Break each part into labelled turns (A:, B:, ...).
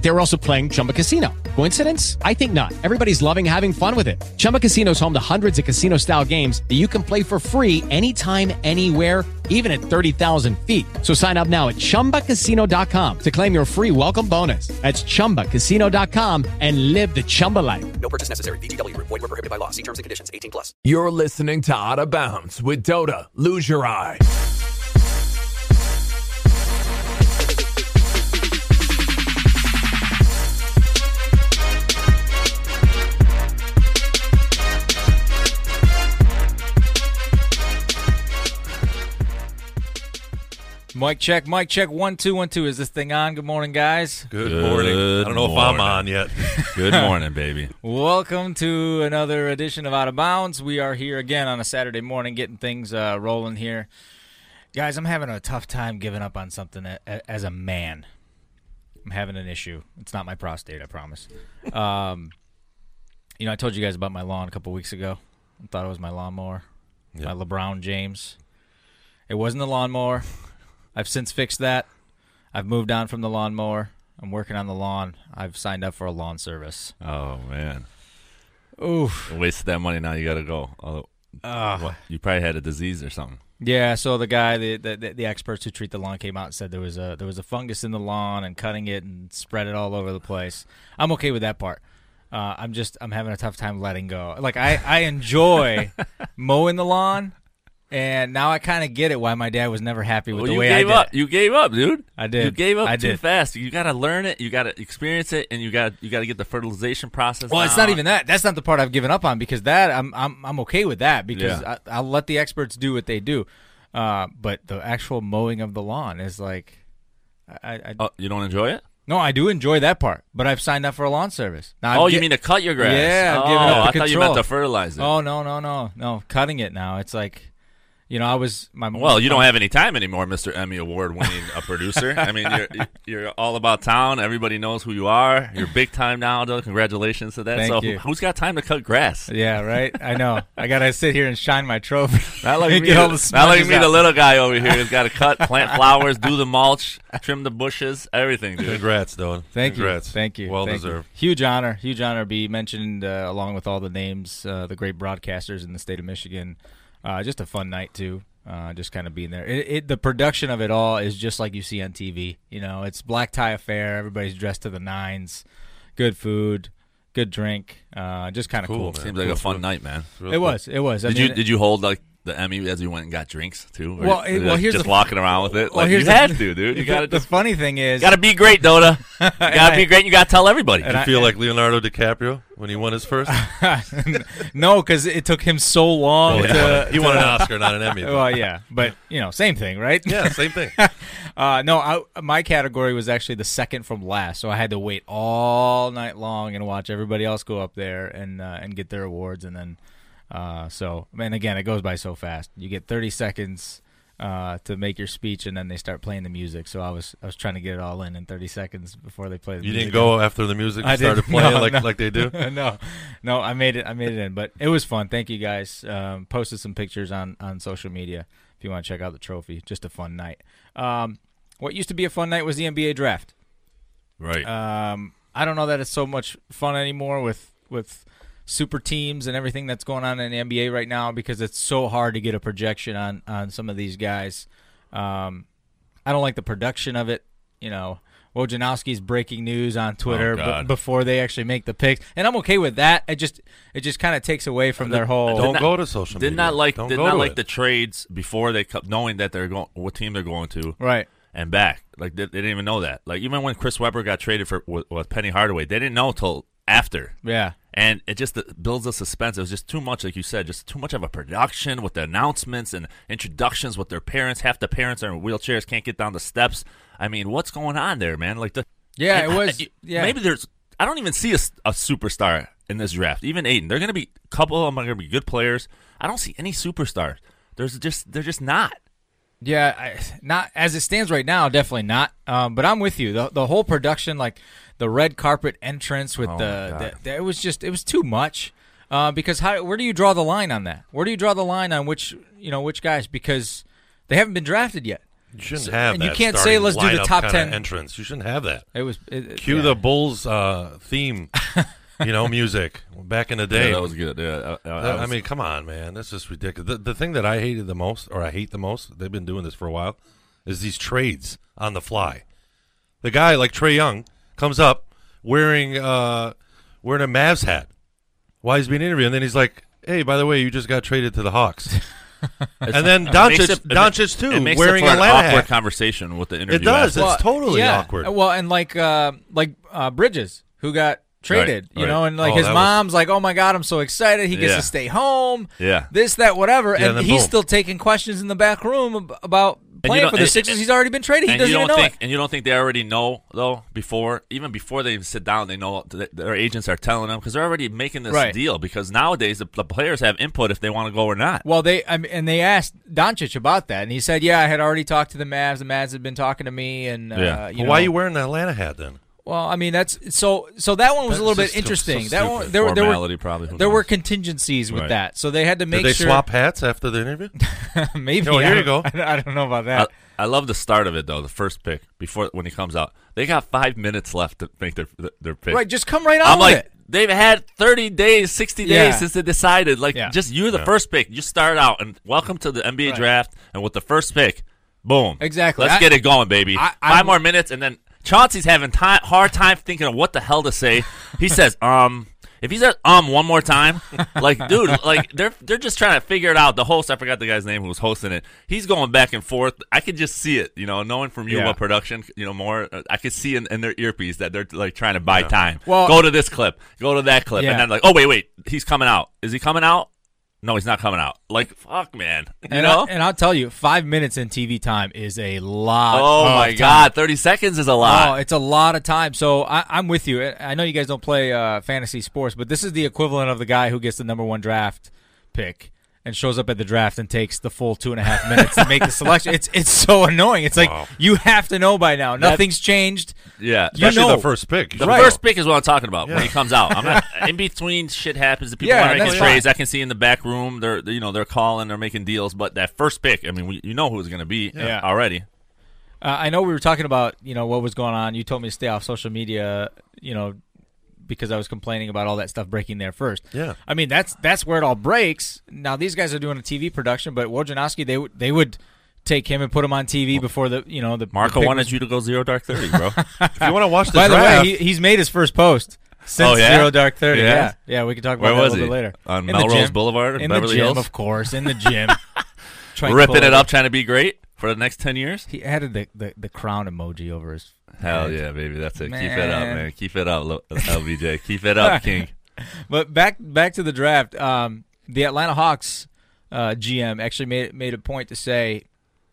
A: They were also playing Chumba Casino. Coincidence? I think not. Everybody's loving having fun with it. Chumba Casino is home to hundreds of casino style games that you can play for free anytime, anywhere even at 30,000 feet. So sign up now at ChumbaCasino.com to claim your free welcome bonus. That's ChumbaCasino.com and live the Chumba life.
B: No purchase necessary. VGW Group. Void were prohibited by law. See terms and conditions. 18 plus.
C: You're listening to Out of Bounds with Dota. Lose your eye.
D: Mic check, mic check. One, two, one, two. Is this thing on? Good morning, guys.
E: Good morning. I don't know if I'm on yet.
F: Good morning, baby.
D: Welcome to another edition of Out of Bounds. We are here again on a Saturday morning, getting things uh, rolling here. Guys, I'm having a tough time giving up on something a- a- as a man. I'm having an issue. It's not my prostate, I promise. Um, you know, I told you guys about my lawn a couple weeks ago. I thought it was my lawnmower, my LeBron James. It wasn't the lawnmower. I've since fixed that. I've moved on from the lawnmower. I'm working on the lawn. I've signed up for a lawn service.
F: Oh man,
D: Oof.
F: waste that money now. You got to go. Oh, what? you probably had a disease or something.
D: Uh, Yeah, so the guy, the, the the- the experts who treat the lawn came out and said there was a there was a fungus in the lawn and cutting it and spread it all over the place. I'm okay with that part. Uh, I'm just I'm having a tough time letting go. Like I I enjoy mowing the lawn, and now I kind of get it why my dad was never happy with
F: Well,
D: the
F: you
D: way
F: gave
D: I did.
F: up.
D: it.
F: You gave up, dude.
D: I did.
F: You gave up
D: I
F: too
D: did.
F: fast. You got to learn it. You got to experience it, and you got you got to get the fertilization process.
D: Well, it's not
F: down.
D: even that. That's not the part I've given up on because that I'm I'm I'm okay with that because
F: Yeah.
D: I, I'll let the experts do what they do. Uh, but the actual mowing of the lawn is like, I, I
F: Oh, you don't enjoy it?
D: no, I do enjoy that part. But I've signed up for a lawn service. Now,
F: oh,
D: I've
F: you
D: get-
F: mean to cut your grass?
D: Yeah, I've
F: oh,
D: given up the
F: I thought you meant
D: control.
F: to fertilize it.
D: Oh no no no no! Cutting it now. It's like, you know, I was my
F: Well, you don't have any time anymore, Mister Emmy Award winning a producer. I mean, you're you're all about town. Everybody knows who you are. You're big time now, though. Congratulations to that.
D: Thank
F: so,
D: you.
F: who's got time to cut grass?
D: Yeah, right. I know. I gotta sit here and shine my trophy.
F: Not like
D: And
F: me,
D: get all the
F: not like
D: sponges
F: me
D: out.
F: the little guy over here who's got to cut, plant flowers, do the mulch, trim the bushes, everything, dude.
E: Congrats, Don.
D: Thank
E: Congrats.
D: you. Thank you.
E: Well
D: Thank you.
E: deserved.
D: Huge honor. Huge honor to be mentioned uh, along with all the names, uh, the great broadcasters in the state of Michigan. Uh, just a fun night too. Uh, just kind of being there. It, it, the production of it all is just like you see on TV. You know, it's black tie affair. Everybody's dressed to the nines. Good food. Good drink. Uh, just kind of cool.
E: Cool,
F: Seems like a fun night, man.
D: It
E: Real quick.
D: was. It was. I
F: Did
D: mean,
F: you did you hold like the Emmy as you went and got drinks too? Or
D: Well,
F: you-
D: it- well,
F: like,
D: here's
F: just
D: the-
F: walking around with it.
D: well,
F: like,
D: here's
F: you
D: the-
F: had to, dude. You gotta
D: the
F: just
D: funny thing is,
F: gotta be great, Dota. You gotta be great. You gotta tell everybody.
E: Did you feel like Leonardo DiCaprio when he won his first?
D: no, because it took him so long to.
E: Oh, he won an Oscar, not an Emmy.
D: Well, yeah, but you know, same thing, right?
E: yeah, same thing.
D: Uh, no, I, my category was actually the second from last, so I had to wait all night long and watch everybody else go up there and uh, and get their awards, and then uh, so and again, it goes by so fast. You get thirty seconds uh, to make your speech, and then they start playing the music. So I was I was trying to get it all in in thirty seconds before they play. The
E: You
D: music.
E: didn't go after the music
D: I
E: started
D: didn't.
E: playing
D: No, Uh,
E: like
D: no.
E: like they do.
D: no, no, I made it. I made it in, but it was fun. Thank you guys. Um, posted some pictures on on social media if you want to check out the trophy. Just a fun night. Um, what used to be a fun night was the NBA draft.
F: right.
D: Um, I don't know that it's so much fun anymore with with super teams and everything that's going on in the NBA right now because it's so hard to get a projection on on some of these guys. Um, I don't like the production of it. You know, Wojanowski's breaking news on Twitter b-
F: Oh, God.
D: before they actually make the picks, and I'm okay with that. It just it just kind of takes away from their whole.
E: Don't
F: not-
E: go to social.
F: did
E: media.
F: not like
E: Don't
F: did
E: go
F: not
E: to
F: like
E: it.
F: the trades before they co- knowing that they're going what team they're going to.
D: right.
F: and back. Like they, they didn't even know that. Like even when Chris Webber got traded for with, with Penny Hardaway, they didn't know till after.
D: Yeah.
F: And it just uh, builds a suspense. It was just too much, like you said, just too much of a production with the announcements and introductions with their parents. Half the parents are in wheelchairs, can't get down the steps. I mean, what's going on there, man? Like the
D: Yeah,
F: and
D: it
F: I-
D: was.
F: you-
D: yeah.
F: Maybe there's. I don't even see a, s- a superstar in this draft. Even Aiden, they're going to be a couple of them are going to be good players. I don't see any superstars. There's just they're just not.
D: Yeah, I, not as it stands right now, definitely not. Um, but I'm with you. The the whole production, like the red carpet entrance with
F: Oh,
D: the,
F: my God.
D: the, the- it was just it was too much. uh, because how, where do you draw the line on that? Where do you draw the line on which you know which guys because they haven't been drafted yet?
E: You shouldn't have
D: and
E: that.
D: you can't say,
E: starting
D: "Let's do the
E: lineup
D: top
E: kinda
D: 10."
E: entrance. You shouldn't have that.
D: It was it,
E: Cue
D: yeah.
E: the Bulls uh, theme, you know, music back in the day.
F: Yeah, that was good. Yeah, I, I- I
E: That- I
F: was-
E: mean, come on, man. That's just ridiculous. The, the thing that I hated the most, or I hate the most, they've been doing this for a while, is these trades on the fly. The guy like Trey Young comes up wearing uh, wearing a Mavs hat while he's being interviewed, and then he's like, "Hey, by the way, you just got traded to the Hawks." and then
F: makes
E: Doncic,
F: it-
E: Doncic
F: it
E: too,
F: makes
E: wearing
F: it for
E: a
F: an
E: Atlanta
F: awkward
E: hat.
F: conversation with the interview.
E: it does.
F: after.
E: it's totally
D: yeah.
E: awkward.
D: Well, and like uh, like uh, Bridges who got traded, you
F: right.
D: know, and like
E: Oh,
D: his
E: that was-
D: mom's like, "Oh my god, I'm so excited! He gets
F: Yeah.
D: to stay home."
F: Yeah.
D: this that whatever, and
E: then
D: he's
E: boom.
D: still taking questions in the back room ab- about
F: you
D: playing
F: don't-
D: for the
F: and-
D: Sixers. he's already been traded. He
F: and
D: doesn't
F: you don't
D: even know
F: think,
D: it.
F: and you don't think they already know though before, even before they even sit down, they know that their agents are telling them because they're already making this
D: Right.
F: deal. Because nowadays the, the players have input if they want to go or not.
D: Well, they I mean, and they asked Doncic about that, and he said, "Yeah, I had already talked to the Mavs. The Mavs had been talking to me, and uh,
F: Yeah.
D: you know,
E: Why are you wearing the Atlanta hat then?
D: Well, I mean, that's so. So that one was a
E: That's
D: little bit
E: just so-
D: interesting.
E: so
D: that one,
E: stupid.
D: there, were- there were
F: Formality, probably. Who
D: there
F: knows?
D: were contingencies with
F: Right.
D: that, so they had to make
E: Did they
D: sure.
E: swap hats after the interview?
D: Maybe.
E: Oh,
D: I
E: here you
D: don't-
E: go.
D: I don't, I don't know about
F: I,
D: that.
F: I love the start of it though. The first pick before when he comes out, they got five minutes left to make their their pick.
D: right, just come right on
F: I'm
D: with
F: like,
D: it.
F: they've had 30 days, 60 days
D: Yeah.
F: since they decided. Like,
D: Yeah.
F: just you're the first pick. You start out and welcome to the NBA draft. And with the first pick, boom.
D: Exactly.
F: Let's
D: I-
F: get it going, baby.
D: I- I'm-
F: 5 more minutes, and then Chauncey's having time, hard time thinking of what the hell to say. He says, um. If he says um one more time, like dude, like they're they're just trying to figure it out. The host, I forgot the guy's name who was hosting it. He's going back and forth. I could just see it, you know, knowing from you
D: Yeah.
F: what production, you know, more. uh, I could see in, in their earpiece that they're like trying to buy time.
D: Well-
F: go to this clip, go to that clip,
D: Yeah.
F: and then like, oh wait, wait, he's coming out. Is he coming out? No, he's not coming out. Like, fuck, man. You
D: And,
F: know?
D: I, and I'll tell you, five minutes in TV time is a lot.
F: oh
D: of
F: my
D: time.
F: god, thirty seconds is a
D: Oh,
F: lot.
D: it's a lot of time. So I, I'm with you. I I know you guys don't play uh, fantasy sports, but this is the equivalent of the guy who gets the number one draft pick and shows up at the draft and takes the full two and a half minutes to make the selection. It's it's so annoying. It's like you have to know by now. Nothing's changed.
F: yeah.
D: You
E: Especially
D: know,
E: the first pick.
F: The first pick is what I'm talking about when he comes out. I'm not, in between shit happens. The people
D: Yeah,
F: are making
D: that's fine.
F: trades. I can see in the back room. They're they're, you know they're calling. They're making deals. But that first pick, I mean, we, you know who it's going to be uh,
D: Yeah.
F: already.
D: Uh, I know we were talking about you know what was going on. You told me to stay off social media, you know, because I was complaining about all that stuff breaking there first.
E: Yeah.
D: I mean that's that's where it all breaks. Now these guys are doing a TV production, but Wojnarowski they would they would take him and put him on TV before the you know the
F: Marco
D: the pick
F: wanted
D: was-
F: you to go zero dark thirty, bro.
E: If you want to watch the
D: By the
E: draft,
D: way, he, he's made his first post since
F: Oh, yeah?
D: Zero Dark Thirty.
F: He
D: Yeah, yeah,
F: has?
D: we can talk about
F: Where
D: that
F: was
D: a
F: he
D: little bit later
F: on
D: In the
F: Melrose
D: gym.
F: Boulevard in,
D: in
F: Beverly
D: the gym,
F: Hills?
D: of course, in the gym,
F: ripping it
D: Tranquility.
F: up, trying to be great for the next ten years.
D: He added the, the, the crown emoji over his
F: Hell yeah, baby, that's it. Keep it up,
D: Man.
F: man. Keep it up, L- LBJ. Keep it up, King.
D: But back back to the draft. Um, the Atlanta Hawks uh, GM actually made made a point to say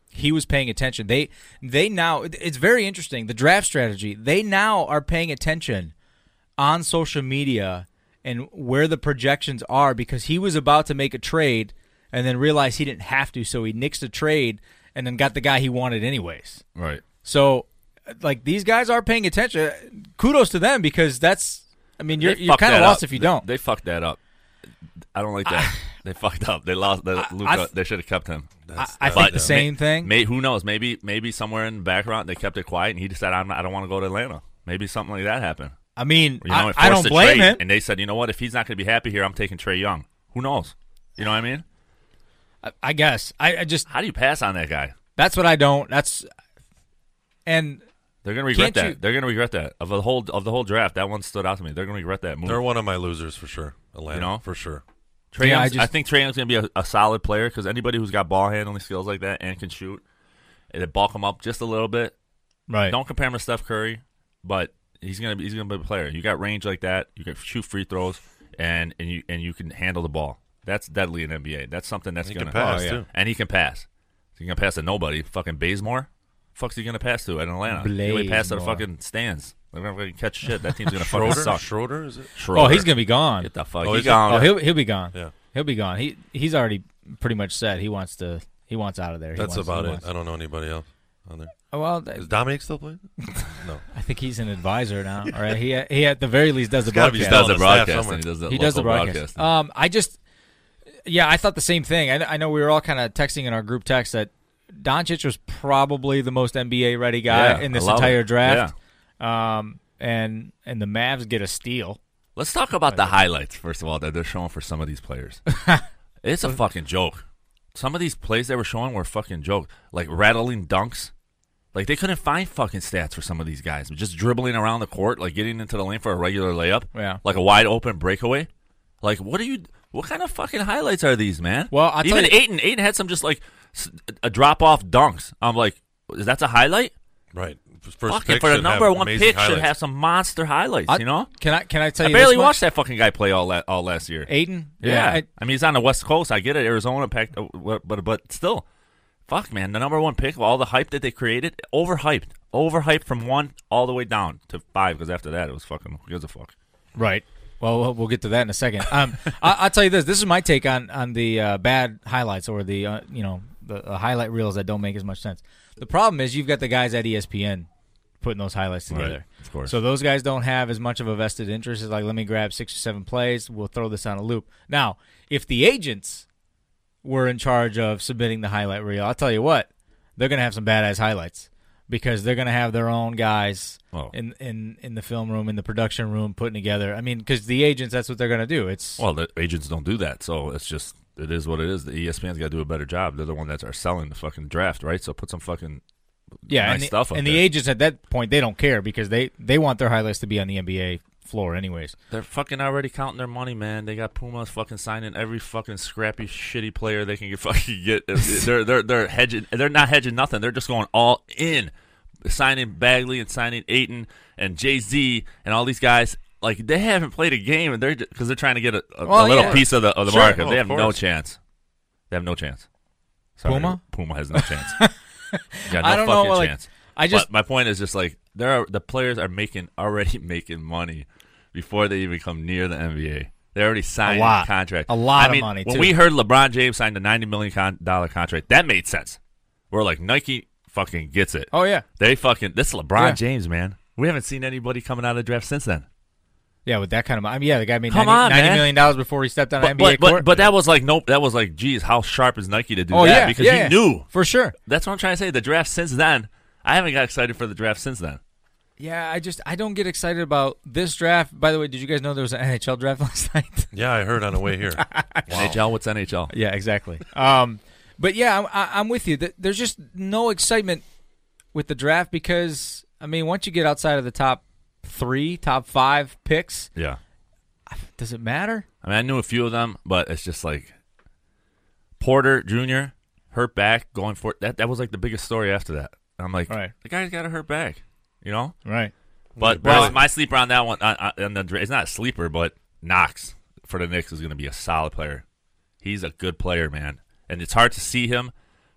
D: he was paying attention. They they now it's very interesting the draft strategy. They now are paying attention on social media and where the projections are because he was about to make a trade and then realized he didn't have to, so he nixed a trade and then got the guy he wanted anyways.
F: Right.
D: So. Like these guys are paying attention. Kudos to them because that's. I mean, you're
F: They
D: you're
F: fucked
D: kind of
F: that
D: lost
F: up.
D: if you
F: They-
D: don't.
F: They, fucked that up. I don't like that. they fucked up. They lost. They, Luka,
D: I-
F: they should have kept him.
D: I, I think the same
F: may-
D: thing.
F: May, who knows? Maybe maybe somewhere in the background they kept it quiet, and he decided I'm not, I don't want to go to Atlanta. Maybe something like that happened.
D: I mean,
F: You know,
D: I,
F: it
D: I
F: forced
D: don't
F: a
D: blame
F: trade,
D: him.
F: And they said, you know what? If he's not going to be happy here, I'm taking Trey Young. Who knows? You know what I mean?
D: I, I guess I, I just
F: How do you pass on that guy?
D: that's what I don't. That's and
F: They're gonna regret
D: Can't
F: that.
D: you-
F: They're gonna regret that of the whole of the whole draft. That one stood out to me. They're gonna regret that move.
E: they're one of my losers for sure. Atlanta,
F: You know?
E: for sure.
F: Trae
D: Yeah, I
F: Young's- I,
D: just-
F: think Trae Young's gonna be a, a solid player because anybody who's got ball handling skills like that and can shoot, it'll bulk him up just a little bit.
D: right.
F: Don't compare him to Steph Curry, but he's gonna be he's gonna be a player. You got range like that. You can shoot free throws, and and you and you can handle the ball. That's deadly in NBA. That's something that's
E: He
F: gonna
E: can pass, too.
F: and he can pass. He can pass to nobody. Fucking Bazemore. Fuck's he gonna pass to at Atlanta? He only pass to the
D: Blazemore.
F: fucking stands. They're not gonna catch shit. That team's gonna fucking
E: Schroeder,
F: suck.
E: Schroeder is it?
F: Schroeder.
D: Oh, he's gonna be gone.
F: get the fuck.
E: Oh,
F: he
E: is he?
F: gone.
D: Oh, he'll he'll be gone.
E: Yeah.
D: he'll be gone. He he's already pretty much said he wants to. He wants out of there. He
E: That's
D: wants- he
E: about it.
D: wants-
E: I don't know anybody else. on there?
D: Oh, well, th-
E: Is Dominic still playing? no.
D: I think he's an advisor now, right? He he at the very least does the
E: gotta be
D: broadcast.
F: does
E: still
F: the
E: on the staff
F: broadcasting.
E: somewhere.
F: He does the
D: he does the
F: local
D: broadcast.
F: broadcasting.
D: Um, I just, yeah, I thought the same thing. I, I know we were all kind of texting in our group text that Doncic was probably the most NBA ready guy
F: Yeah,
D: in
F: I
D: this
F: love
D: entire
F: it.
D: draft. Um, and and the Mavs get a steal.
F: Let's talk about the highlights first of all that they're showing for some of these players. it's a fucking joke. Some of these plays they were showing were a fucking joke, like rattling dunks. Like they couldn't find fucking stats for some of these guys, just dribbling around the court, like getting into the lane for a regular layup,
D: Yeah.
F: like a wide open breakaway. Like what are you? What kind of fucking highlights are these, man?
D: Well, I'll tell
F: even
D: you-
F: Aiden, Aiden had some just like s- a drop off dunks. I'm like, that's a highlight.
E: Right. First
F: Fuck
E: pick
F: it, for the
E: should have
F: number one
E: amazing
F: pick should
E: highlights.
F: have some monster highlights. you know,
D: can I can I tell
F: I
D: you?
F: barely
D: this much?
F: watched that fucking guy play all la- all last year.
D: Aiden.
F: Yeah, I,
D: I-
F: mean he's on the West Coast. I get it, Arizona packed, uh, wha- but but still, fuck man, the number one pick of all the hype that they created, overhyped, overhyped from one all the way down to five. Because after that, it was fucking who gives a fuck.
D: Right. Well, we'll- we'll get to that in a second. Um, I, I'll tell you this. This is my take on on the uh, bad highlights or the uh, you know the uh, highlight reels that don't make as much sense. The problem is you've got the guys at E ESPN putting those highlights together.
F: of course.
D: So those guys don't have as much of a vested interest. It's like let me grab six or seven plays. We'll throw this on a loop. Now, if the agents were in charge of submitting the highlight reel, I'll tell you what, they're gonna have some badass highlights because they're gonna have their own guys
F: Oh.
D: in in in the film room in the production room putting together. I mean, because the agents, that's what they're gonna do. It's
F: Well, the agents don't do that, so it's just it is what it is. The E ESPN's got to do a better job. They're the one that are selling the fucking draft, right? So put some fucking
D: yeah,
F: nice
D: and, the,
F: stuff up
D: and the
F: there.
D: agents at that point they don't care because they they want their highlights to be on the NBA floor anyways.
F: They're fucking already counting their money, man. They got Pumas fucking signing every fucking scrappy, shitty player they can get fucking get. They're they're they're hedging. They're not hedging nothing. They're just going all in, signing Bagley and signing Aiton and Jay Z and all these guys. Like they haven't played a game, and they're because they're trying to get a, a, a
D: Well,
F: little
D: yeah.
F: piece of the of the
D: Sure.
F: market.
E: Oh,
F: they
E: of
F: have no
E: course.
F: chance. They have no chance. Sorry,
D: Puma?
F: Puma has no chance. Got no
D: I don't know,
F: fucking
D: like,
F: chance.
D: I just
F: But my point is just like there are the players are making already making money before they even come near the NBA. They already signed
D: A lot.
F: contract.
D: A lot
F: I
D: of
F: mean,
D: money,
F: When
D: too.
F: we heard LeBron James signed a ninety million con- dollar contract, that made sense. We're like Nike fucking gets it.
D: oh yeah
F: They fucking this is LeBron
D: Yeah.
F: James man. We haven't seen anybody coming out of the draft since then.
D: yeah with that kind of I mean yeah the guy made
F: Come
D: 90,
F: on,
D: 90
F: man.
D: million dollars before he stepped on
F: But
D: an
F: but,
D: NBA
F: but
D: court.
F: but that was like nope. That was like geez, how sharp is Nike to do
D: oh
F: that?
D: yeah
F: because
D: yeah,
F: he
D: yeah.
F: knew.
D: for sure.
F: That's what I'm trying to say. The draft since then, I haven't got excited for the draft since then.
D: Yeah, I just I don't get excited about this draft. By the way, did you guys know there was an NHL draft last night?
E: Yeah, I heard on the way here.
F: NHL, what's NHL?
D: yeah, exactly. Um, but yeah, I'm, I- I'm with you. Th- There's just no excitement with the draft because I mean, once you get outside of the top three, top five picks,
F: Yeah.
D: does it matter?
F: I mean, I knew a few of them, but it's just like Porter Jr. hurt back going for that. That was like the biggest story after that. And I'm like,
D: Right.
F: the guy's got a hurt back, you know.
D: Right.
F: But
E: Well-
F: my- my sleeper on that one, on, on- on the, dra- it's not a sleeper, but Knox for the Knicks is going to be a solid player. He's a good player, man, and it's hard to see him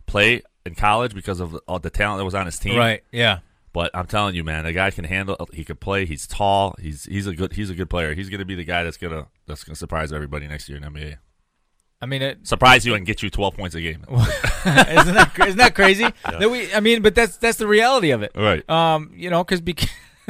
F: play in college because of all the talent that was on his team.
D: Right. Yeah.
F: But I'm telling you, man, the guy can handle. He can play. He's tall. He's he's a good he's a good player. He's going to be the guy that's gonna that's gonna surprise everybody next year in NBA
D: I mean, it,
F: surprise you and get you 12 points a game.
D: isn't that cra- isn't that crazy? That we, I mean, but that's that's the reality of it.
F: Right.
D: Um, you know, because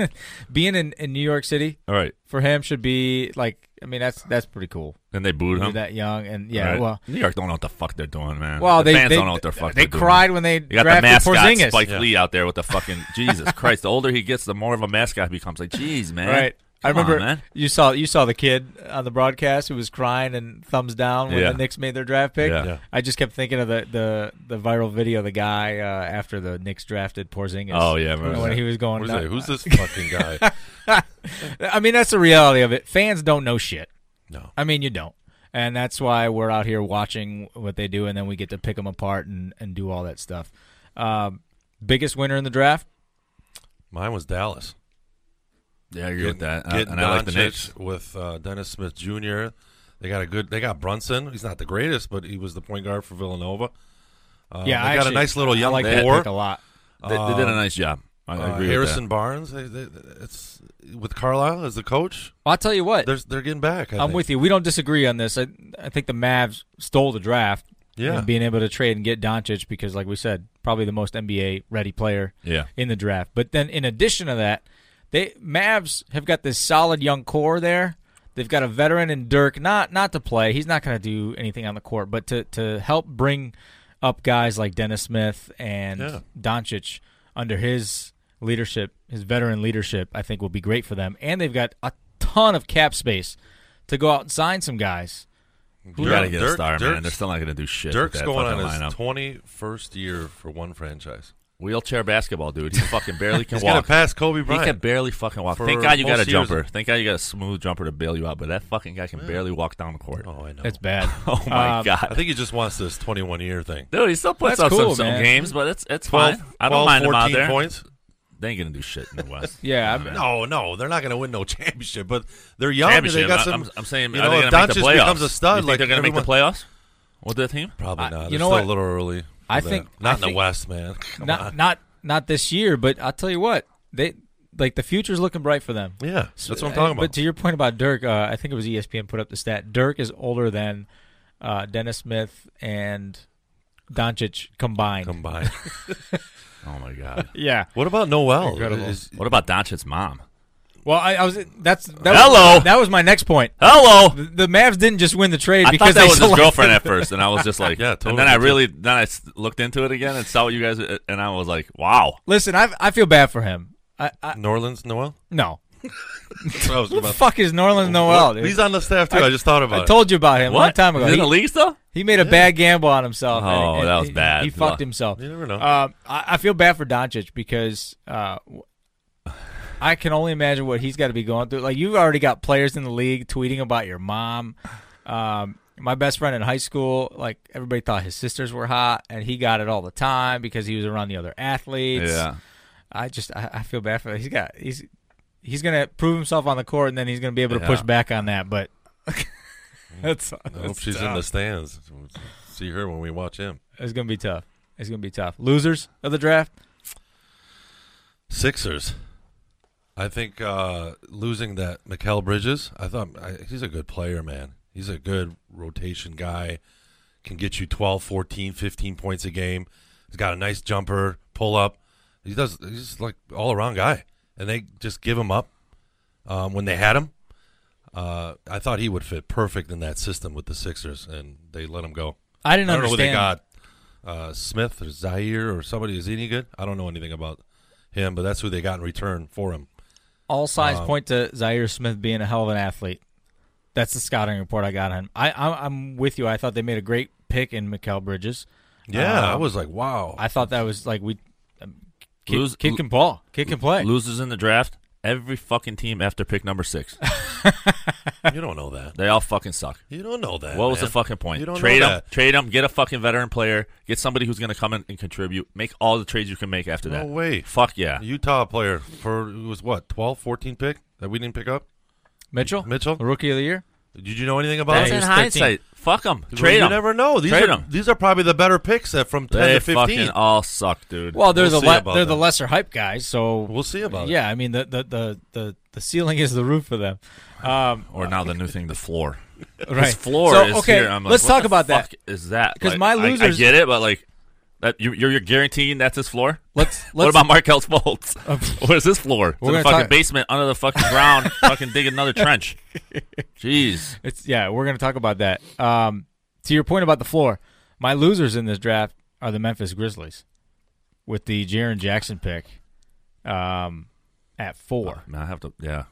D: being in, in New York City
F: All right.
D: for him should be like, I mean, that's that's pretty cool.
F: Then they booed
D: You're
F: him.
D: that young, and yeah,
F: All right.
D: well,
F: New York don't know what the fuck they're doing, man.
D: well,
F: the
D: they
F: fans
D: they,
F: don't know what the fuck
D: they
F: are doing.
D: cried when they
F: You got the
D: drafted
F: mascot
D: Porzingis.
F: Spike Lee out there with the fucking Jesus Christ. The older he gets, the more of a mascot he becomes. Like, jeez, man.
D: Right. I
F: Come on,
D: remember
F: man.
D: you saw you saw the kid on the broadcast who was crying and thumbs down when
F: Yeah.
D: the Knicks made their draft pick.
F: Yeah. Yeah.
D: I just kept thinking of the, the, the viral video of the guy uh, after the Knicks drafted Porzingis.
F: Oh, yeah, I remember
D: when
F: that.
D: he was going.
E: Who's,
D: nuts.
E: that? Who's this fucking guy?
D: I mean, that's the reality of it. Fans don't know shit.
E: No.
D: I mean, you don't. And that's why we're out here watching what they do, and then we get to pick them apart and, and do all that stuff. Um, biggest winner in the draft?
E: Mine was Dallas.
F: Yeah, I agree with that. Uh,
E: Get
F: and I like the
E: Doncic
F: Knicks.
E: with uh, Dennis Smith Jr. They got a good. They got Brunson. He's not the greatest, but he was the point guard for Villanova. Uh,
D: yeah,
E: they
D: I
E: got
D: actually-
E: a nice little
D: I
E: young
D: like that
E: core.
D: pick a lot.
F: They, they did a nice job. I
E: um, Uh,
F: agree
E: Harrison
F: with
E: Barnes. They, they, it's with Carlisle as the coach.
D: Well, I'll tell you what.
E: They're they're getting back. I
D: I'm with you. We don't disagree on this. I, I think the Mavs stole the draft.
E: Yeah.
D: and being able to trade and get Doncic because, like we said, probably the most NBA ready player
F: Yeah.
D: in the draft. But then, in addition to that, they Mavs have got this solid young core there. They've got a veteran in Dirk, not not to play. He's not going to do anything on the court, but to to help bring up guys like Dennis Smith and
E: Yeah.
D: Doncic under his leadership, his veteran leadership, I think will be great for them. And they've got a ton of cap space to go out and sign some guys.
F: You gotta
E: Yeah,
F: get
E: Dirk-
F: a star, man.
E: Dirk's-
F: They're still not gonna do shit. with
E: Dirk's
F: that
E: going on
F: fucking
E: his
F: lineup.
E: 21st year for one franchise.
F: wheelchair basketball, dude. He fucking barely can
E: He's
F: walk.
E: gonna pass Kobe
F: He
E: Bryant.
F: can barely fucking walk.
E: For
F: Thank God you got a
E: most years.
F: jumper. Thank God you got a smooth jumper to bail you out. But that fucking guy can barely walk down the court.
E: oh, I know.
D: That's bad.
F: Oh my
D: Um,
E: I
F: god,
E: think he just wants this 21 year thing.
F: dude. He still puts
D: That's
F: up
D: cool,
F: some, some
D: man.
F: games, but it's it's
E: 12,
F: fine. I don't
E: 12,
F: mind him
E: 14
F: out there.
E: points.
F: They ain't gonna do shit in the West.
D: Yeah, I'm-
E: No, no, they're not going to win no championship, but they're young. and
F: championship.
E: They got
F: I-
E: some.
F: I'm, I'm saying,
E: you
F: are
E: know,
F: they
E: if
F: gonna make the
E: Doncic
F: playoffs?
E: becomes a stud,
F: You think
E: like
F: they're gonna make the
E: everyone-
F: playoffs with their team.
E: Probably not.
D: you
E: They're
D: know
E: still
D: what?
E: a little early. for
D: I
E: that.
D: think-
E: not
D: I
E: in the
D: think-
E: West, man. Come
D: not
E: on.
D: not not this year, but I'll tell you what they like. The future's looking bright for them.
E: Yeah, that's what I'm talking
D: Eh, But
E: about.
D: to your point about Dirk, uh, I think it was ESPN put up the stat. Dirk is older than uh, Dennis Smith and Doncic combined.
E: Combined.
F: Oh my god.
D: yeah.
E: What about Noel?
D: Incredible.
E: Is-
F: What about Doncic's mom?
D: Well, I, I was that's that
F: Hello.
D: Was, that was my next point.
F: Hello.
D: The, the Mavs didn't just win the trade
F: I
D: because
F: thought
D: they
F: that was his
D: selected-
F: girlfriend at first, and I was just like,
E: Yeah,
F: And
E: totally,
F: then I
E: me too.
F: really, then I s- looked into it again and saw what you guys, uh, and I was like, wow.
D: Listen, I I feel bad for him. I, I
E: New Orleans Noel?
D: no.
E: That's what I was
D: Who the
E: about.
D: fuck is Norland Noel? dude?
E: He's on the staff too. I, just thought about
D: I told you about him a long
F: What
D: time ago.
F: He's in
D: He-
F: the league still?
D: He made a bad gamble on himself.
F: Oh,
D: and- and
F: that was
D: he-
F: bad.
D: He fucked
F: Look,
D: himself.
E: you never know.
D: Uh, I, I feel bad for Doncic because uh, w- I can only imagine what he's got to be going through. Like you've already got players in the league tweeting about your mom. Um, my best friend in high school, like everybody thought his sisters were hot, and he got it all the time because he was around the other athletes.
F: yeah.
D: I just I, I feel bad for he's got he's he's gonna prove himself on the court, and then he's gonna be able to
F: Yeah.
D: push back on that. But that's,
E: I hope
D: that's
E: she's in
D: tough.
E: the stands. We'll See her when we watch him.
D: It's gonna be tough. It's gonna be tough. Losers of the draft.
E: Sixers. I think uh, losing that Mikel Bridges. I thought I, he's a good player, man. He's a good rotation guy. Can get you 12, 14, 15 points a game. He's got a nice jumper, pull up. He does. He's like all around guy, and they just give him up um, when they had him. Uh, I thought he would fit perfect in that system with the Sixers, and they let him go.
D: I didn't
E: I don't know who
D: understand.
E: they got. Uh, Smith or Zaire or somebody. Is he any good? I don't know anything about him, but that's who they got in return for him.
D: All signs
E: Um,
D: point to Zaire Smith being a hell of an athlete. That's the scouting report I got on him. I, I I'm with you. I thought they made a great pick in Mikel Bridges.
E: Yeah,
D: Um,
E: I was like, wow.
D: I thought that was like we um, kick,
F: Lose-
D: kick and ball, kick and play.
F: Losers in the draft. Every fucking team after pick number six.
E: you don't know that.
F: They all fucking suck.
E: You don't know that.
F: What was
E: man.
F: the fucking point?
E: You don't
F: trade
E: know
F: them.
E: that.
F: Trade them. Get a fucking veteran player. Get somebody who's going to come in and contribute. Make all the trades you can make after
E: No
F: that.
E: way.
F: Fuck yeah.
E: Utah player for it was what 12, 14 pick that we didn't pick up.
D: Mitchell,
E: Mitchell?
D: rookie of the year.
E: Did you know anything about
F: That's
E: it?
D: he
F: in
D: was 13.
F: hindsight. Fuck them. Trade
E: You
F: them.
E: never know. These
F: Trade
E: are
F: 'em.
E: these are probably the better picks that from ten
F: They
E: to fifteen.
F: fucking all suck, dude.
D: Well, they're
E: We'll
D: the
E: see
D: le-
E: about
D: they're the
E: that.
D: lesser hype guys, so
E: We'll see about it.
D: yeah, I mean the the, the the the ceiling is the roof for them. Um,
F: or now the new thing, the floor.
D: right,
F: This floor
D: So,
F: is
D: okay,
F: here. I'm like,
D: let's
F: what
D: talk
F: the
D: about that.
F: fuck Is that
D: 'Cause
F: Like,
D: my
F: I- I
D: losers-
F: get it, but like that, you, you're, you're guaranteeing that's his floor.
D: Let's let's
F: what about Markel's bolts? Where's his floor? It's in
D: We're
F: the
D: gonna
F: fucking
D: talk-
F: basement under the fucking ground. fucking dig another trench. Jeez.
D: It's yeah, we're gonna talk about that. Um, to your point about the floor, my losers in this draft are the Memphis Grizzlies with the Jaron Jackson pick um, at four.
F: Man, I have to. Yeah.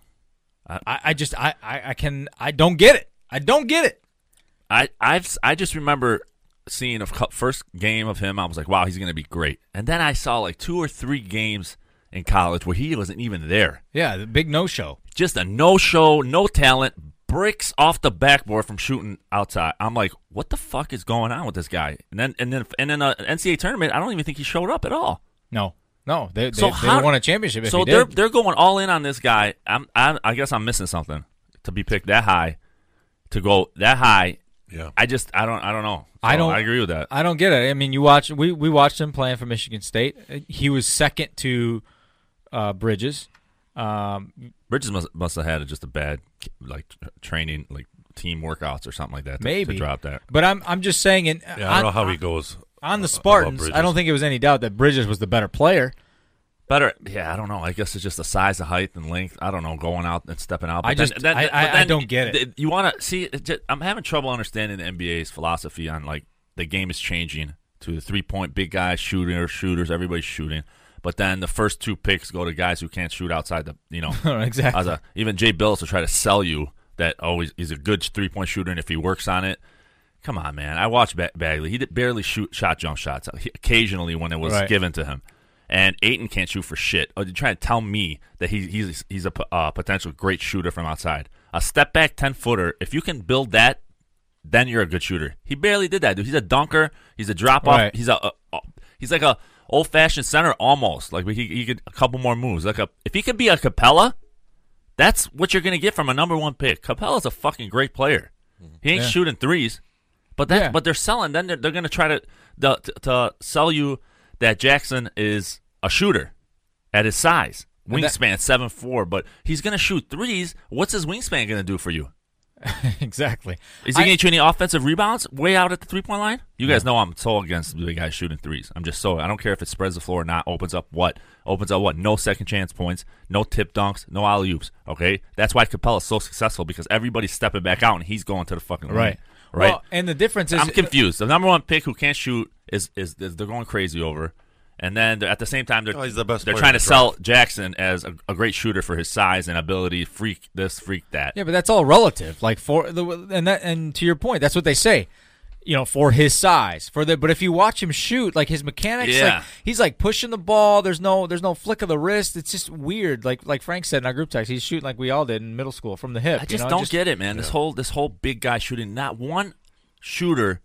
D: I, I just I, I I can I don't get it. I don't get it.
F: I I've s- I just remember seeing a cou- first game of him. I was like, wow, he's gonna be great. And then I saw like two or three games in college where he wasn't even there.
D: Yeah, the big no show.
F: Just a no show, no talent, bricks off the backboard from shooting outside. I'm like, what the fuck is going on with this guy? And then and then and then uh, NCAA tournament. I don't even think he showed up at all.
D: No, no, they they,
F: So
D: they
F: how-
D: won a championship. If
F: so
D: he
F: they're
D: did.
F: they're going all in on this guy. I'm I, I guess I'm missing something to be picked that high, to go that high.
E: Yeah.
F: I just I don't I don't know.
D: I
F: So
D: don't-
F: I agree with that.
D: I don't get it. I mean, you watch we we watched him playing for Michigan State. He was second to uh, Bridges. Um,
F: Bridges must must have had just a bad like tr- training like team workouts or something like that. To,
D: Maybe
F: to drop that.
D: But I'm I'm just saying. And
E: Yeah, I don't know how he goes.
D: on the
E: above
D: Spartans, I
E: Bridges.
D: don't think it was any doubt that Bridges was the better player.
F: Better, yeah. I don't know. I guess it's just the size, the height, and length. I don't know. Going out and stepping out.
D: I just- I- I- I don't get it.
F: th- You want to see? it ju- I'm having trouble understanding the NBA's philosophy on like the game is changing to the three point big guys, shooter, shooters. Everybody's shooting, but then the first two picks go to guys who can't shoot outside the. You know,
D: exactly.
F: as a, even Jay Billis will try to sell you that oh he's, he's a good three point shooter and if he works on it. Come on, man! I watched ba- Bagley. He did barely shoot shot jump shots uh, He- occasionally when it was
D: Right.
F: given to him, and Aiton can't shoot for shit. Oh, you trying to tell me that he, he's he's a p- uh, potential great shooter from outside? A step back ten footer. If you can build that, then you're a good shooter. He barely did that, dude. He's a dunker. He's a drop off.
D: Right.
F: He's a, a, a- he's like a old fashioned center almost. Like he, he could a couple more moves. Like a if he could be a Capella, that's what you're gonna get from a number one pick. Capella's a fucking great player. He ain't shooting threes, but that
D: Mm-hmm. Yeah.
F: but they're selling. Then they're, they're gonna try to, the, to to sell you that Jackson is a shooter at his size, wingspan seven four, but he's gonna shoot threes. What's his wingspan gonna do for you?
D: exactly.
F: Is he
D: I-
F: going to get you any offensive rebounds way out at the three point line? You guys know I'm so against the guys shooting threes. I'm just so I don't care if it spreads the floor or not. Opens up what? Opens up what? No second chance points. No tip dunks. No alley oops. Okay, that's why Capella's so successful because everybody's stepping back out and he's going to the fucking rim,
D: Right.
F: Mm-hmm. Right.
D: Well, and the difference is
F: I'm confused. The number one pick who can't shoot is is, is they're going crazy over. And then they're- at the same time, they're,
E: Oh, he's the best
F: they're
E: player
F: trying
E: in
F: to
E: the
F: sell Jackson as a, a great shooter for his size and ability. Freak this, freak that.
D: Yeah, but that's all relative. Like for the and that and to your point, that's what they say. You know, for his size, for the but if you watch him shoot, like his mechanics,
F: Yeah.
D: like he's like pushing the ball. There's no there's no flick of the wrist. It's just weird. Like like Frank said in our group text, he's shooting like we all did in middle school from the hip.
F: I
D: you
F: just
D: know,
F: don't get it, man. This whole this whole big guy shooting. Not one shooter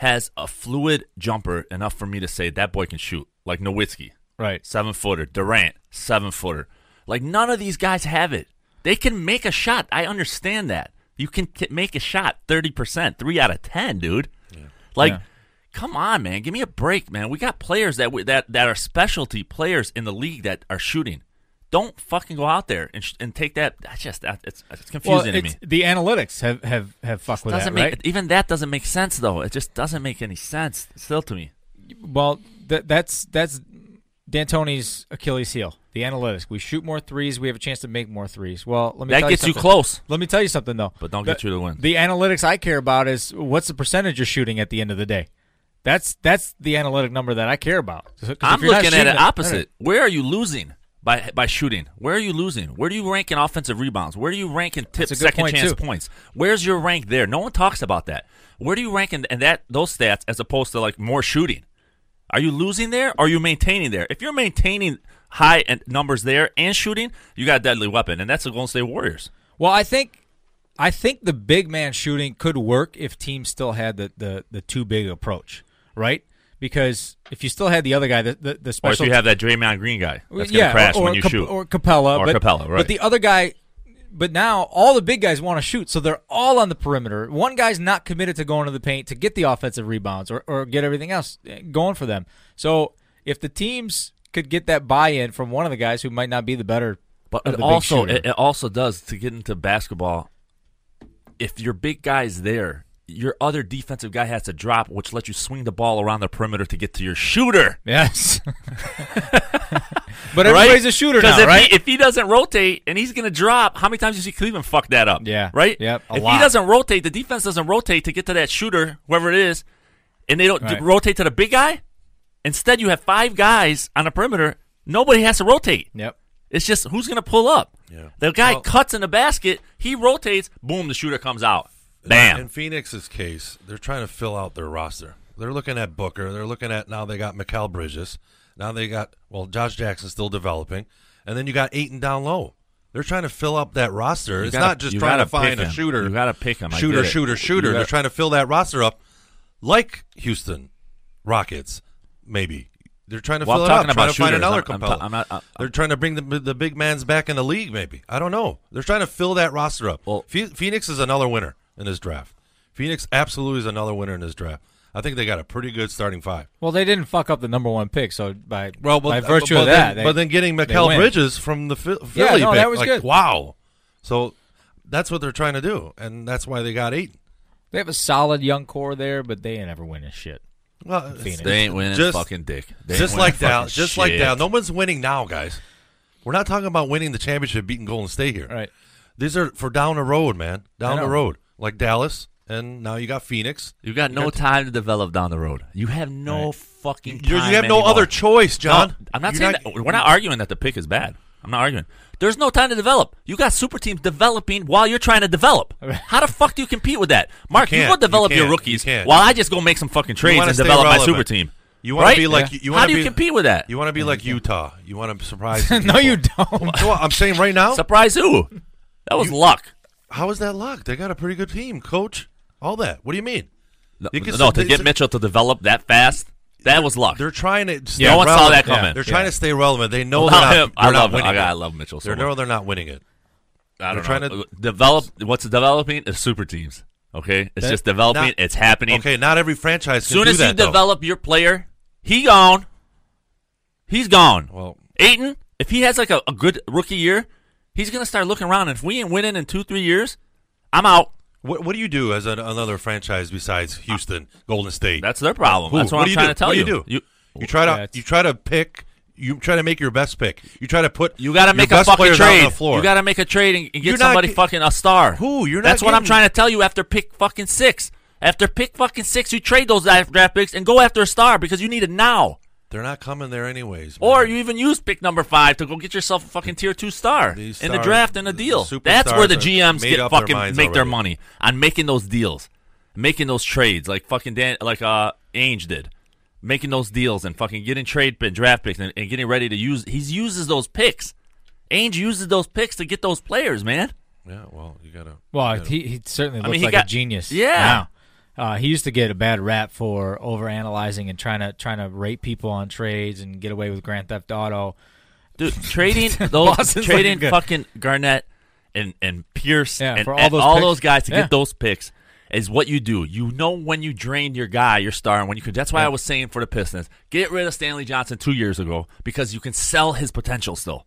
F: has a fluid jumper enough for me to say that boy can shoot. Like Nowitzki,
D: right.
F: seven footer. Durant, seven footer. Like none of these guys have it. They can make a shot. I understand that. You can t- make a shot thirty percent, three out of ten, dude. Like. Come on, man! Give me a break, man. We got players that we, that that are specialty players in the league that are shooting. Don't fucking go out there and, sh- and take that. I just that, it's, it's confusing
D: Well,
F: to me.
D: it's, the analytics have have have fucked with that,
F: Doesn't make
D: right?
F: even that doesn't make sense though. It just doesn't make any sense still to me.
D: Well, that that's that's D'Antoni's Achilles heel. The analytics. We shoot more threes. We have a chance to make more threes. Well, let me
F: That
D: tell
F: gets you
D: something.
F: close.
D: Let me tell you something though.
F: But don't
D: The-
F: get you to win.
D: The analytics I care about is what's the percentage you're shooting at the end of the day. That's that's the analytic number that I care about. 'Cause if
F: I'm
D: you're not
F: looking at
D: shooting
F: it
D: no, no.
F: opposite. Where are you losing by by shooting? Where are you losing? Where do you rank in offensive rebounds? Where do you rank in tip
D: a good
F: second
D: point,
F: chance
D: too.
F: points? Where's your rank there? No one talks about that. Where do you rank in, in that those stats as opposed to like more shooting? Are you losing there? Or are you maintaining there? If you're maintaining high en- numbers there and shooting, you got a deadly weapon, and that's the Golden State Warriors.
D: Well, I think I think the big man shooting could work if teams still had the the, the too big approach, right? Because if you still had the other guy, the the, the
F: Or
D: special
F: if you have that Draymond Green guy that's gonna
D: yeah,
F: crash
D: or,
F: when you
D: Cap-
F: shoot.
D: or Capella,
F: Or
D: but,
F: Capella, right.
D: But the other guy, but now all the big guys want to shoot, so they're all on the perimeter. One guy's not committed to going to the paint to get the offensive rebounds or, or get everything else eh, going for them. So if the teams could get that buy-in from one of the guys who might not be the better,
F: But
D: or
F: it
D: the big
F: also
D: shooter.
F: it, it also does to get into basketball. If your big guy's there, your other defensive guy has to drop, which lets you swing the ball around the perimeter to get to your shooter.
D: yes. but everybody's a shooter now,
F: if
D: right?
F: He, if he doesn't rotate and he's going to drop, how many times do you see Cleveland fuck that up?
D: Yeah.
F: Right?
D: Yep. A
F: If he
D: lot.
F: doesn't rotate, the defense doesn't rotate to get to that shooter, whoever it is, and they don't d-
D: Right.
F: rotate to the big guy. Instead, you have five guys on the perimeter. Nobody has to rotate.
D: yep.
F: It's just who's going to pull up. The guy cuts in the basket, he rotates, boom, the shooter comes out. Bam.
E: In Phoenix's case, they're trying to fill out their roster. They're looking at Booker. They're looking at now they got Mikal Bridges. Now they got well Josh Jackson still developing, and then you got Aiton down low. They're trying to fill up that roster. it's
F: gotta-
E: not just
F: you
E: trying
F: gotta
E: to find
F: pick
E: a
F: 'em.
E: shooter.
F: You gotta pick 'em. I
E: Shooter,
F: get it.
E: shooter,
F: You
E: shooter.
F: gotta-
E: They're trying to fill that roster up, like Houston Rockets, maybe. They're trying to
F: Well,
E: fill
F: I'm
E: it
F: talking
E: up, trying
F: about
E: to find
F: shooters.
E: another
F: I'm- I'm
E: Capella.
F: ta- I'm not- uh, I'm-
E: They're trying to bring the, the big man's back in the league, maybe. I don't know. They're trying to fill that roster up.
F: Well-
E: Phe- Phoenix is another winner in this draft. Phoenix absolutely is another winner in this draft. I think they got a pretty good starting five.
D: Well, they didn't fuck up the number one pick, so by by
E: but-
D: virtue
E: but
D: of that,
E: then,
D: they-
E: but then getting
D: they
E: Mikel
D: win.
E: Bridges from the Phil-
D: Yeah,
E: Philly
D: no,
E: pick,
D: that was
E: like,
D: good.
E: wow. So That's what they're trying to do, and that's why they got Aiden.
D: They have a solid young core there, but they ain't ever winning shit.
E: Well,
D: Phoenix.
F: They ain't winning
E: Just-
F: fucking dick. They ain't
E: just
F: winning
E: like Dallas,
F: fucking
E: just like
F: shit.
E: Dallas. No one's winning now, guys. We're not talking about winning the championship, beating Golden State here.
D: Right.
E: These are for down the road, man. Down the
D: know.
E: road, like Dallas, and now you got Phoenix.
F: You got no time to develop down the road. You have no fucking.
E: You're, you
F: time
E: have no
F: anymore.
E: other choice,
F: No,
E: John.
F: I'm not
E: You're
F: saying that. We're not arguing that the pick is bad. I'm not arguing. There's no time to develop. You got super teams developing while you're trying to develop. How the fuck do you compete with that, Mark? You,
E: can't.
F: go develop
E: You
F: your
E: can't.
F: rookies
E: You can't.
F: while I just go make some fucking trades
E: wanna
F: and
E: stay
F: develop my
E: relevant.
F: super team.
E: You want
F: Right?
E: to be like
F: Yeah.
E: you.
F: How
E: wanna
F: do you
E: be-
F: compete with that?
E: You want to be like Utah. You want to surprise.
D: no, you don't.
E: Well, I'm saying right now.
F: Surprise who? That was luck.
E: How is that luck? They got a pretty good team, coach. All that. What do you mean?
F: No,
E: You can-
F: no, to
E: they-
F: get Mitchell to develop that fast, that was luck.
E: They're trying to. Stay
F: Yeah, no one saw
E: relevant.
F: that coming.
E: They're trying to stay relevant. They know
F: Love
E: they're not,
F: him. I
E: they're not
F: love him.
E: winning.
F: I-
E: it.
F: I love Mitchell so
E: They know they're not winning it.
F: I don't
E: They're
F: know.
E: trying
F: develop what's developing is super teams. Okay, it's just developing.
E: not-
F: it's happening.
E: Okay, not every franchise
F: As
E: can
F: soon
E: do
F: as
E: that.
F: you
E: though.
F: develop your player, he gone. He's gone.
E: Well-
F: Aiton, if he has like a, a good rookie year, he's gonna start looking around. And if we ain't winning in two, three years, I'm out.
E: what, what do you do as an, another franchise besides Houston, Golden State?
F: That's their problem.
E: Who?
F: That's what,
E: do
F: I'm
E: you
F: trying
E: do?
F: to tell
E: what
F: you.
E: do you do?
F: You,
E: You try to
D: Yeah, it's-
E: you try to pick. You try to make your best pick. You try to put.
F: you gotta
E: your
F: make a
E: best
F: fucking
E: players out
F: trade.
E: On the floor.
F: You gotta make a trade and, and get
E: You're not
F: somebody
E: get-
F: fucking a star.
E: Who? You're not
F: That's what I'm
E: getting-
F: trying to tell you. After pick fucking six, after pick fucking six, you trade those draft draft picks and go after a star because you need it now.
E: They're not coming there anyways.
F: Or
E: man.
F: you even use pick number five to go get yourself a fucking tier two star
E: These
F: in the
E: stars-
F: draft and a
E: the
F: deal.
E: superstars
F: That's where the
E: are
F: GMs
E: made
F: get
E: up their
F: fucking
E: minds
F: make their
E: already.
F: money on making those deals, making those trades, like fucking Dan, like uh Ainge did, making those deals and fucking getting trade and draft picks and, and getting ready to use. He uses those picks. Ainge uses those picks to get those players, man.
E: Yeah. Well, you gotta.
D: Well, he, he certainly looks
F: mean, he
D: like
F: got-
D: a genius.
F: Yeah.
D: now. Uh, he used to get a bad rap for overanalyzing and trying to trying to rate people on trades and get away with Grand Theft Auto.
F: Dude, trading those,
D: Boston's
F: trading
D: looking good.
F: fucking Garnett and and Pierce
D: Yeah,
F: and,
D: for all
F: and
D: those
F: all
D: picks.
F: those guys to
D: Yeah.
F: get those picks is what you do. You know when you drain your guy, your star, and when you could. That's why I was saying for the Pistons, get rid of Stanley Johnson two years ago because you can sell his potential still.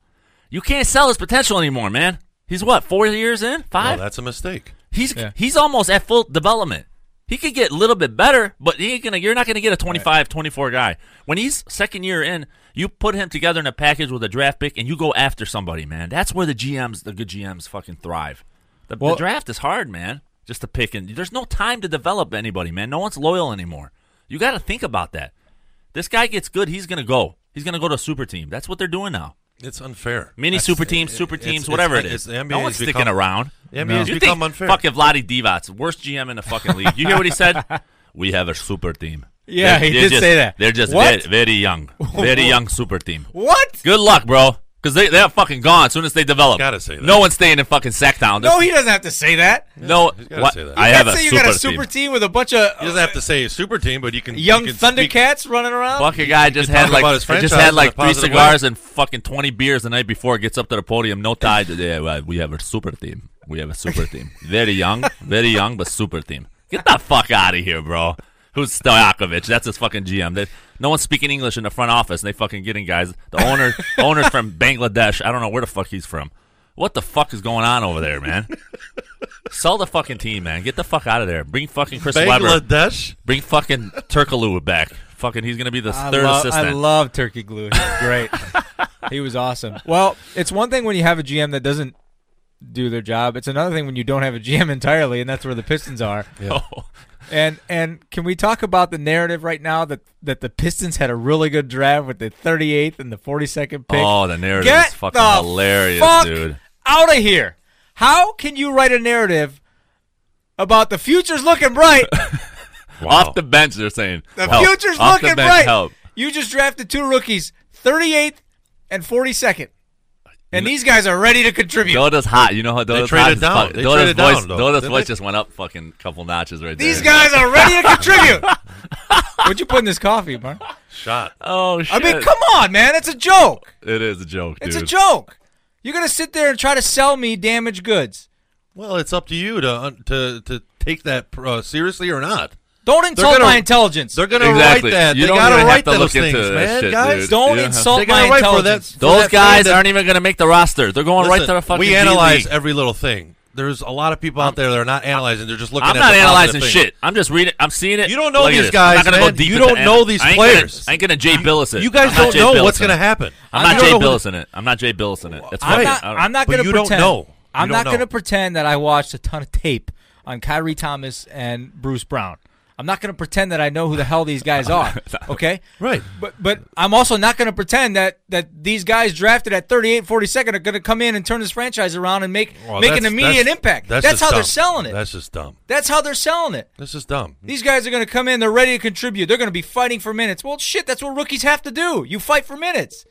F: You can't sell his potential anymore, man. He's what four years in,
E: No,
F: five.
E: that's a mistake.
F: he's
D: Yeah.
F: he's almost at full development. He could get a little bit better, but he ain't gonna. You're not gonna get a 25, 24 guy when he's second year in. You put him together in a package with a draft pick, and you go after somebody, man. That's where the GMs, the good GMs, fucking thrive. The, the
D: Well-
F: draft is hard, man. Just to pick, and there's no time to develop anybody, man. No one's loyal anymore. You got to think about that. This guy gets good, he's gonna go. He's gonna go to a super team. That's what they're doing now.
E: It's unfair.
F: Mini
E: That's-
F: super teams,
E: it-
F: super
E: it's-
F: teams,
E: it's-
F: whatever it
E: it's-
F: is.
E: The NBA
F: no one's
E: has
F: sticking
E: become-
F: around.
E: The NBA has
F: You
E: become
F: think
E: unfair.
F: fucking Vladi Divac, worst GM in the fucking league. You hear what he said? we have a super team.
D: Yeah, he did
F: just-
D: say that.
F: They're just
D: What?
F: Very, very young, very young super team.
D: What?
F: Good luck, bro, because they they're fucking gone as soon as they develop.
E: Gotta say that.
F: No one's staying in fucking Sacktown.
D: No, he doesn't have to say that.
F: no.
E: gotta
F: what-
E: say that.
F: I
E: You
F: have
D: Let's
F: a
D: say you
F: super,
D: got a super
F: team.
D: team, with a bunch of
E: He doesn't have to say super team, but you can.
D: young
E: you can speak-
D: Thundercats running around.
F: Fucking guy just
E: can
F: had
E: talk
F: like
E: about his
F: just
E: franchise
F: had
E: in a
F: like three
E: positive
F: cigars and fucking twenty beers the night before. Gets up to the podium, no tie. Yeah, well, we have a super team. We have a super team. Very young, very young, but super team. Get the fuck out of here, bro. Who's Stojakovic? That's his fucking GM. They, no one's speaking English in the front office, and they fucking getting guys. The owner, the owner's from Bangladesh. I don't know where the fuck he's from. What the fuck is going on over there, man? Sell the fucking team, man. Get the fuck out of there. Bring fucking Chris Webber.
E: Bangladesh.
F: Bring fucking Turkaloo back. Fucking, he's gonna be the
D: I
F: third
D: love,
F: assistant.
D: I love Turkey Glue. He was great. he was awesome. Well, it's one thing when you have a GM that doesn't do their job. It's another thing when you don't have a GM entirely, and that's where the Pistons are.
F: Oh.
D: And and can we talk about the narrative right now that that the Pistons had a really good draft with the 38th and the 42nd pick?
F: Oh, the narrative
D: Get
F: is fucking
D: the
F: hilarious,
D: fuck
F: dude.
D: Out of here! How can you write a narrative about the future's looking bright?
F: Off the bench, they're saying
D: The
F: help.
D: future's
F: Off the
D: looking
F: bench,
D: bright.
F: Help.
D: You just drafted two rookies, 38th and 42nd, and these guys are ready to contribute.
F: Dota's hot. You know how Dota's hot.
E: traded
F: as
E: down.
F: fuck.
E: They
F: Dota's
E: traded down,
F: voice,
E: though,
F: Dota's
E: didn't
F: voice
E: they?
F: just went up fucking couple notches right
D: These
F: there.
D: guys are ready to contribute. What'd you put in this coffee, Mark?
E: Shot.
F: Oh shit!
D: I mean, come on, man. It's a joke.
F: It is a joke, dude.
D: It's a joke. You're gonna sit there and try to sell me damaged goods.
E: Well, it's up to you to un- to to take that uh, seriously or not.
D: Don't insult
E: gonna-
D: my intelligence.
E: They're gonna
F: Exactly.
E: write that.
F: You
E: they
F: don't
E: gotta
F: even have
E: write
F: to
E: those
F: look
E: things,
F: into that
E: man.
F: shit,
E: guys,
F: dude.
D: Don't
F: Yeah.
D: insult
E: they
D: my
E: gotta write for that.
D: intelligence.
E: for
F: Those
E: that
F: guys
E: fan that-
F: aren't even going to make the roster. They're going right
E: Listen,
F: to the fucking.
E: We
F: D
E: analyze
F: League.
E: every little thing. there's a lot of people out there that are not analyzing. They're just looking.
F: I'm
E: at
F: not
E: the positive
F: analyzing
E: thing.
F: shit. I'm just reading. I'm seeing it.
E: You don't know
F: like
E: these
F: this.
E: guys,
F: I'm not gonna
E: man.
F: Go deep
E: You
F: into
E: don't
F: ana-
E: know these
F: I ain't gonna-
E: players.
F: I ain't gonna Jay Billis it.
E: You guys
F: I'm not
E: don't
F: Jay
E: know
F: Billis
E: what's
F: it.
E: going to happen.
F: I'm
E: You
F: not
E: don't
F: Jay
E: know who-
F: Billis in it. I'm not Jay Billis in it. That's
D: I'm
E: Right.
D: not.
F: I don't-
D: I'm not
E: But
D: going to
E: you don't
D: pretend.
E: know. You
D: I'm
E: don't
D: not
E: know.
D: going to pretend that I watched a ton of tape on Kyrie Thomas and Bruce Brown. I'm not going to pretend that I know who the hell these guys are. Okay.
E: Right.
D: But but I'm also not going to pretend that that these guys drafted at 38, 42nd are going to come in and turn this franchise around and make
E: Well,
D: make
E: that's-
D: an immediate
E: that's-
D: impact. That's,
E: just
D: how they're
E: dumb.
D: selling it.
E: That's just dumb.
D: that's how they're selling it.
E: That's just dumb.
D: These guys are going to come in. They're ready to contribute. They're going to be fighting for minutes. Well, shit, that's what rookies have to do. You fight for minutes.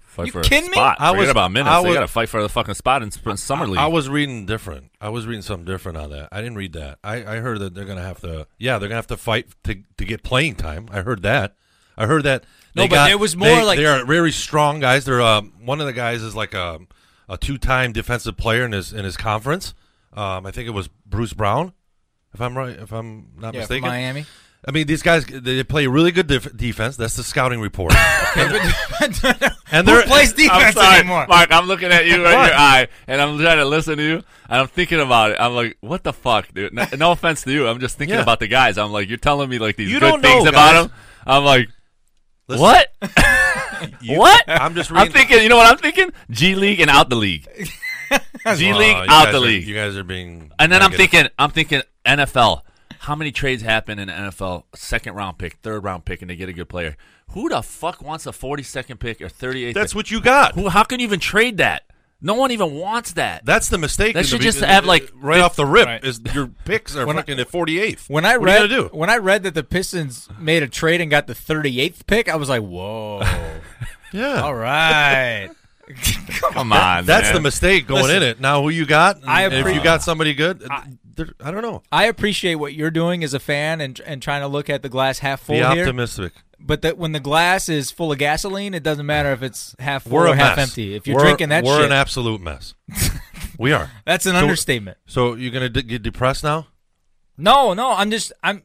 F: Fight
D: You
F: for a
D: kidding me?
F: Spot.
E: I
F: Forget
E: was-
F: about minutes.
E: I
F: they
E: was-
F: got to fight for the fucking spot in sp- summer league.
E: I was reading different. I was reading something different on that. I didn't read that. I, I heard that they're gonna have to. Yeah, they're gonna have to fight to to get playing time. I heard that. I heard that.
D: No,
E: they
D: but
E: got-
D: there was more
E: they-
D: like-
E: they are very strong guys. They're um, one of the guys is like a a two time defensive player in his in his conference. Um, I think it was Bruce Brown, if I'm right. If I'm not
D: Yeah, from
E: mistaken,
D: Miami.
E: I mean, these guys they play really good def- defense. That's the scouting report. and
D: Who
E: they're
D: plays
F: I'm
D: defense
F: sorry,
D: anymore?
F: Mark. I'm looking at you right in
E: What?
F: your eye, and I'm trying to listen to you, and I'm thinking about it. I'm like, what the fuck, dude? No, no offense to you. I'm just thinking
E: Yeah.
F: about the guys. I'm like, you're telling me like these
E: You
F: good
E: don't know,
F: things about
E: guys.
F: them. I'm like,
E: Listen,
F: what?
E: you-
F: what?
E: I'm just
F: I'm
E: reading.
F: thinking. You know what I'm thinking? G League and out the league. G
E: Wow,
F: League
E: Uh, you
F: out
E: guys
F: the
E: are-
F: league.
E: You guys are being.
F: And then I'm
E: negative.
F: thinking, I'm thinking NFL. How many trades happen in the NFL? Second round pick, third round pick, and they get a good player. Who the fuck wants a 42nd pick or 38th?
E: That's
F: pick?
E: what you got.
F: Who? How can you even trade that? No one even wants that.
E: That's the mistake.
F: That
E: in the
F: should
E: be-
F: just have, like,
E: right off the rip
D: Right.
E: is your picks are fucking at forty eighth.
D: When I
E: what
D: read
E: are you gonna do?
D: when I read that the Pistons made a trade and got the 38th pick, I was like, "Whoa,
E: Yeah,
D: all right."
F: Come on,
E: that's
F: man.
E: the mistake going in it. Now who you got? And
D: I
E: if
D: appreciate-
E: you got somebody good, I, I don't know.
D: I appreciate what you're doing as a fan and and trying to look at the glass half full
E: Be
D: here.
E: optimistic.
D: But that when the glass is full of gasoline, it doesn't matter if it's half full
E: We're
D: or
E: a
D: half
E: mess.
D: empty. If you're
E: We're-
D: drinking that
E: we're
D: shit,
E: an absolute mess. we are.
D: that's an
E: So-
D: understatement.
E: So you're gonna d- get depressed now?
D: No, no, I'm just I'm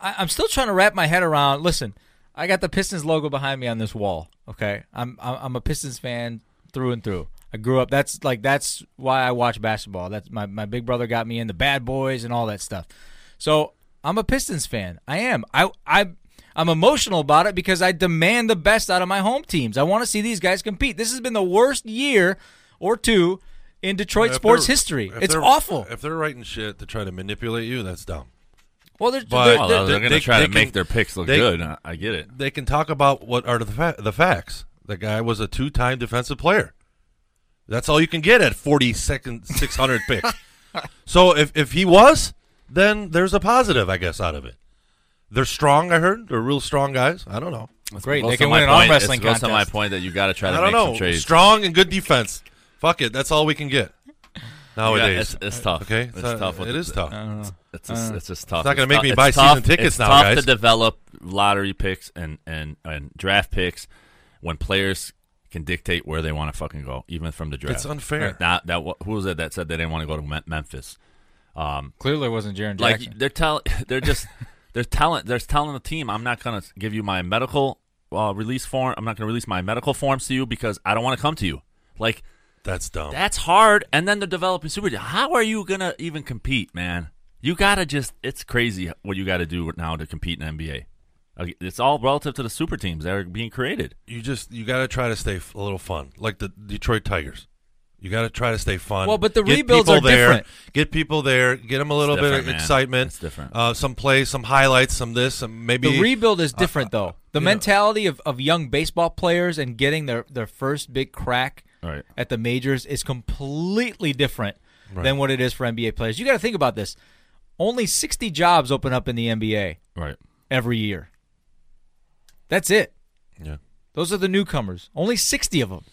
D: I- I'm still trying to wrap my head around. Listen, I got the Pistons logo behind me on this wall. Okay, I'm I'm I'm a Pistons fan through and through. I grew up. That's like that's why I watch basketball. That's my my big brother got me into Bad Boys and all that stuff. So I'm a Pistons fan. I am. I I. I'm emotional about it because I demand the best out of my home teams. I want to see these guys compete. This has been the worst year or two in Detroit
E: If
D: sports
E: they're-
D: history.
E: if
D: It's
E: they're-
D: awful.
E: If they're writing shit to try to manipulate you, that's dumb.
D: Well, they're,
E: But-
D: they're-
F: Well,
D: they're-
F: they're,
E: they-
F: going
E: they-
F: to try
E: they
F: to make
E: can-
F: their picks look
E: they-
F: good. Uh, I, I get it.
E: They can talk about what are the fa- the facts. The guy was a two time defensive player. That's all you can get at forty second six hundred pick. So if if he was, then there's a positive, I guess, out of it. They're strong. I heard they're real strong guys. I don't know.
D: Great,
F: Goes
D: they
F: to
D: can
F: my
D: win an arm
F: point-
D: wrestling
F: it goes to my
D: contest.
F: point that you got to try to
E: I don't
F: make some
E: know.
F: trades.
E: Strong and good defense. Fuck it. That's all we can get
F: Yeah,
E: nowadays.
F: it's, it's tough.
E: okay, uh,
F: it's tough. with
E: It
F: the-
E: is tough.
F: It's just, it's just tough.
E: Uh, not gonna
F: to
E: make me buy
F: it's tough.
E: season tickets
F: it's
E: now,
F: tough
E: guys.
F: to develop lottery picks and, and, and draft picks when players can dictate where they want to fucking go, even from the draft.
E: It's unfair.
F: Like, Now, that, who was it that said they didn't want to go to Mem- Memphis?
D: Clearly, it wasn't Jaron
F: Like
D: Jackson.
F: they're telling, they're just they're telling they're telling the team, I'm not gonna give you my medical uh, release form. I'm not gonna release my medical forms to you because I don't want to come to you. Like
E: That's dumb.
F: Oh. that's hard. And then they're developing super. How are you gonna even compete, man? You gotta just—it's crazy what you gotta do now to compete in NBA. Uh, It's all relative to the super teams that are being created.
E: you just you got to try to stay f- a little fun, like the Detroit Tigers. You got to try to stay fun.
D: Well, but the
E: Get
D: rebuilds
E: people
D: are
E: there,
D: different.
E: Get people there. Get them a little bit
F: different,
E: of
F: man.
E: excitement.
F: It's different.
E: Uh, some play, some highlights, some this, some maybe.
D: the rebuild is different,
F: uh,
D: though. The mentality of, of young baseball players and getting their, their first big crack
F: Right.
D: at the majors is completely different than what it is for NBA players. You got to think about this. Only 60 jobs open up in the NBA
F: Right.
D: every year. That's it.
E: Yeah.
D: Those are the newcomers. Only 60 of them.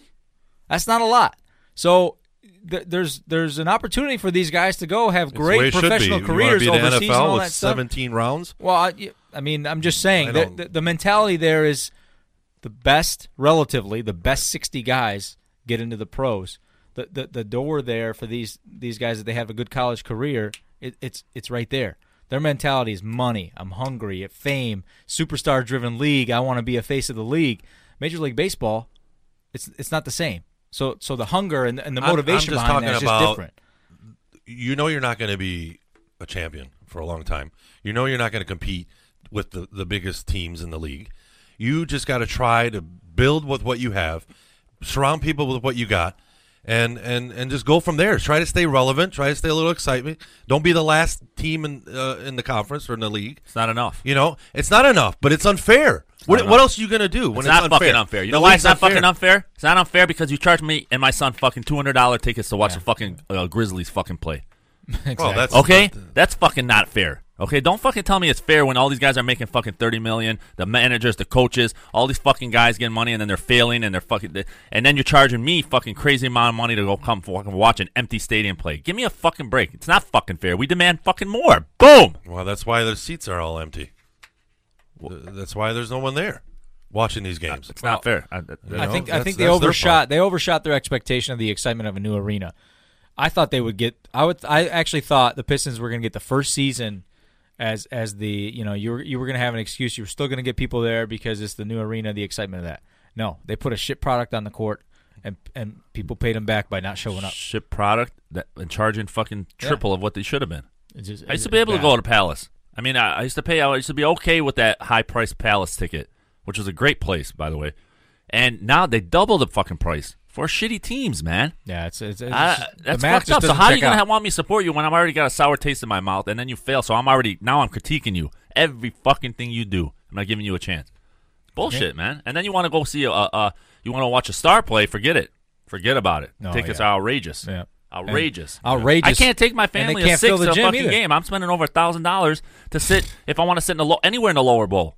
D: That's not a lot. So th- there's there's an opportunity for these guys to go have
E: It's the way
D: great
E: it should be.
D: professional
E: You wanna
D: careers
E: be the
D: overseas
E: NFL
D: and all
E: with
D: that stuff.
E: 17 rounds.
D: Well, I, y- I mean, I'm just
E: I
D: saying that
E: don't-
D: the, the mentality there is the best, relatively, the best 60 guys get into the pros. The, the the door there for these these guys that they have a good college career, it, it's it's right there. Their mentality is money. I'm hungry. Fame. Superstar driven league. I want to be a face of the league. Major League Baseball, it's it's not the same. So so the hunger and, and the
E: I'm- I'm
D: motivation
E: just
D: behind that
E: talking
D: is just
E: about-
D: different.
E: you know you're not going to be a champion for a long time. You know you're not going to compete with the, the biggest teams in the league. You just got to try to build with what you have, surround people with what you got, and, and, and just go from there. Try to stay relevant. Try to stay a little excitement. Don't be the last team in uh, in the conference or in the league.
F: It's not enough.
E: You know, it's not enough, but it's unfair. What,
F: not
E: what else are you gonna do
F: It's
E: when it's,
F: not
E: unfair?
F: fucking unfair. You
E: The
F: know why it's
E: league's
F: not fucking unfair? It's not unfair because you charged me and my son fucking two hundred dollar tickets to watch the fucking uh, Grizzlies fucking play.
E: Well, Oh, that's
F: Okay, that's fucking not fair. Okay, don't fucking tell me it's fair when all these guys are making fucking thirty million. The managers, the coaches, all these fucking guys getting money, and then they're failing, and they're fucking, and then you're charging me fucking crazy amount of money to go come fucking watch an empty stadium play. Give me a fucking break. It's not fucking fair. We demand fucking more. Boom.
E: Well, that's why their seats are all empty. Th- That's why there's no one there watching these games.
F: It's not fair. I,
E: You
D: I
E: know,
D: think I think they
E: that's- that's their
D: overshot
E: fault.
D: they overshot their expectation of the excitement of a new arena. I thought they would get I would I actually thought the Pistons were going to get the first season as as the you know you were you were going to have an excuse you were still going to get people there because it's the new arena the excitement of that. No, they put a shit product on the court and and people paid them back by not showing up.
F: shit product that, and charging fucking triple of what they should have been.
D: It's just-
F: I used to be able to
D: bad.
F: go to Palace. I mean, I, I used to pay. I used to be okay with that high priced Palace ticket, which was a great place, by the way. And now they double the fucking price for shitty teams, man.
D: Yeah, it's, it's, it's
F: I-
D: just- the
F: that's
D: math
F: fucked
D: just
F: up. So
D: doesn't
F: how are you
D: check
F: gonna
D: out.
F: ha- want me to support you when I'm already got a sour taste in my mouth and then you fail? So I'm already now I'm critiquing you every fucking thing you do. I'm not giving you a chance. Bullshit, man. And then you want to go see a, a, a you want to watch a star play? Forget it. Forget about it.
D: No,
F: Tickets
D: yeah.
F: are outrageous.
D: Yeah.
F: Outrageous.
D: And outrageous.
F: I can't take my
D: And they
F: family
D: can't
F: of six
D: fill the
F: to a
D: gym
F: fucking
D: either.
F: game. I'm spending over a thousand dollars to sit if I want to sit in the low anywhere in the lower bowl.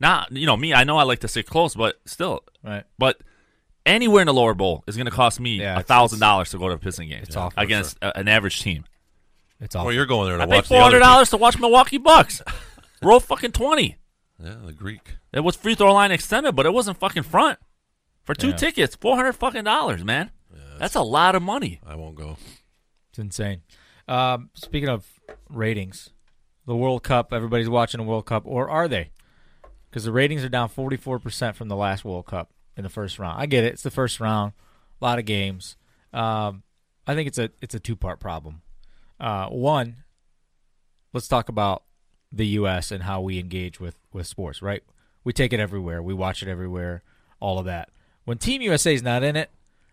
F: Not you know me. I know I like to sit close, but still,
D: Right.
F: But anywhere in the lower bowl is going to cost me
D: Yeah,
F: a
D: it's-
F: thousand dollars to go to a pissing game
D: It's awful.
F: against a, an average team.
D: It's all
E: Well, you're going there to
F: I paid
E: watch
F: four hundred dollars to watch Milwaukee Bucks. Roll fucking twenty.
E: the other team. Yeah, the Greek.
F: It was free throw line extended, but it wasn't fucking front for two
D: Yeah.
F: tickets. Four hundred fucking dollars, man. that's a lot of money.
E: I won't go.
D: It's insane. Um, speaking of ratings, the World Cup, everybody's watching the World Cup, or are they? Because the ratings are down 44% from the last World Cup in the first round. I get it. It's the first round, a lot of games. Um, I think it's a it's a two part problem. Uh, one, let's talk about the U.S. and how we engage with with sports. Right, we take it everywhere, we watch it everywhere, all of that. When Team USA is not in it,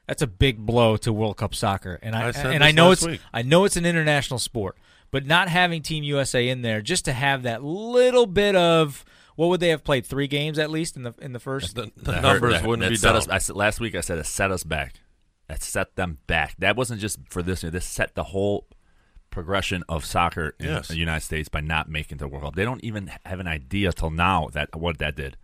D: that's a big blow to World Cup soccer. And I,
E: I said
D: and
E: this
D: I know
E: last
D: it's
E: week.
D: I know it's an international sport, but not having Team USA in there just to have that little bit of what would they have played three games at least in the in the first
E: The, the
F: That
E: numbers
F: hurt. That-
E: wouldn't
F: that
E: be
F: set
E: done.
F: us, I said, Last week I said it set us back. That set them back. That wasn't just for this year. This set the whole progression of soccer in
E: Yes.
F: the United States by not making the World Cup. They don't even have an idea till now that what that did.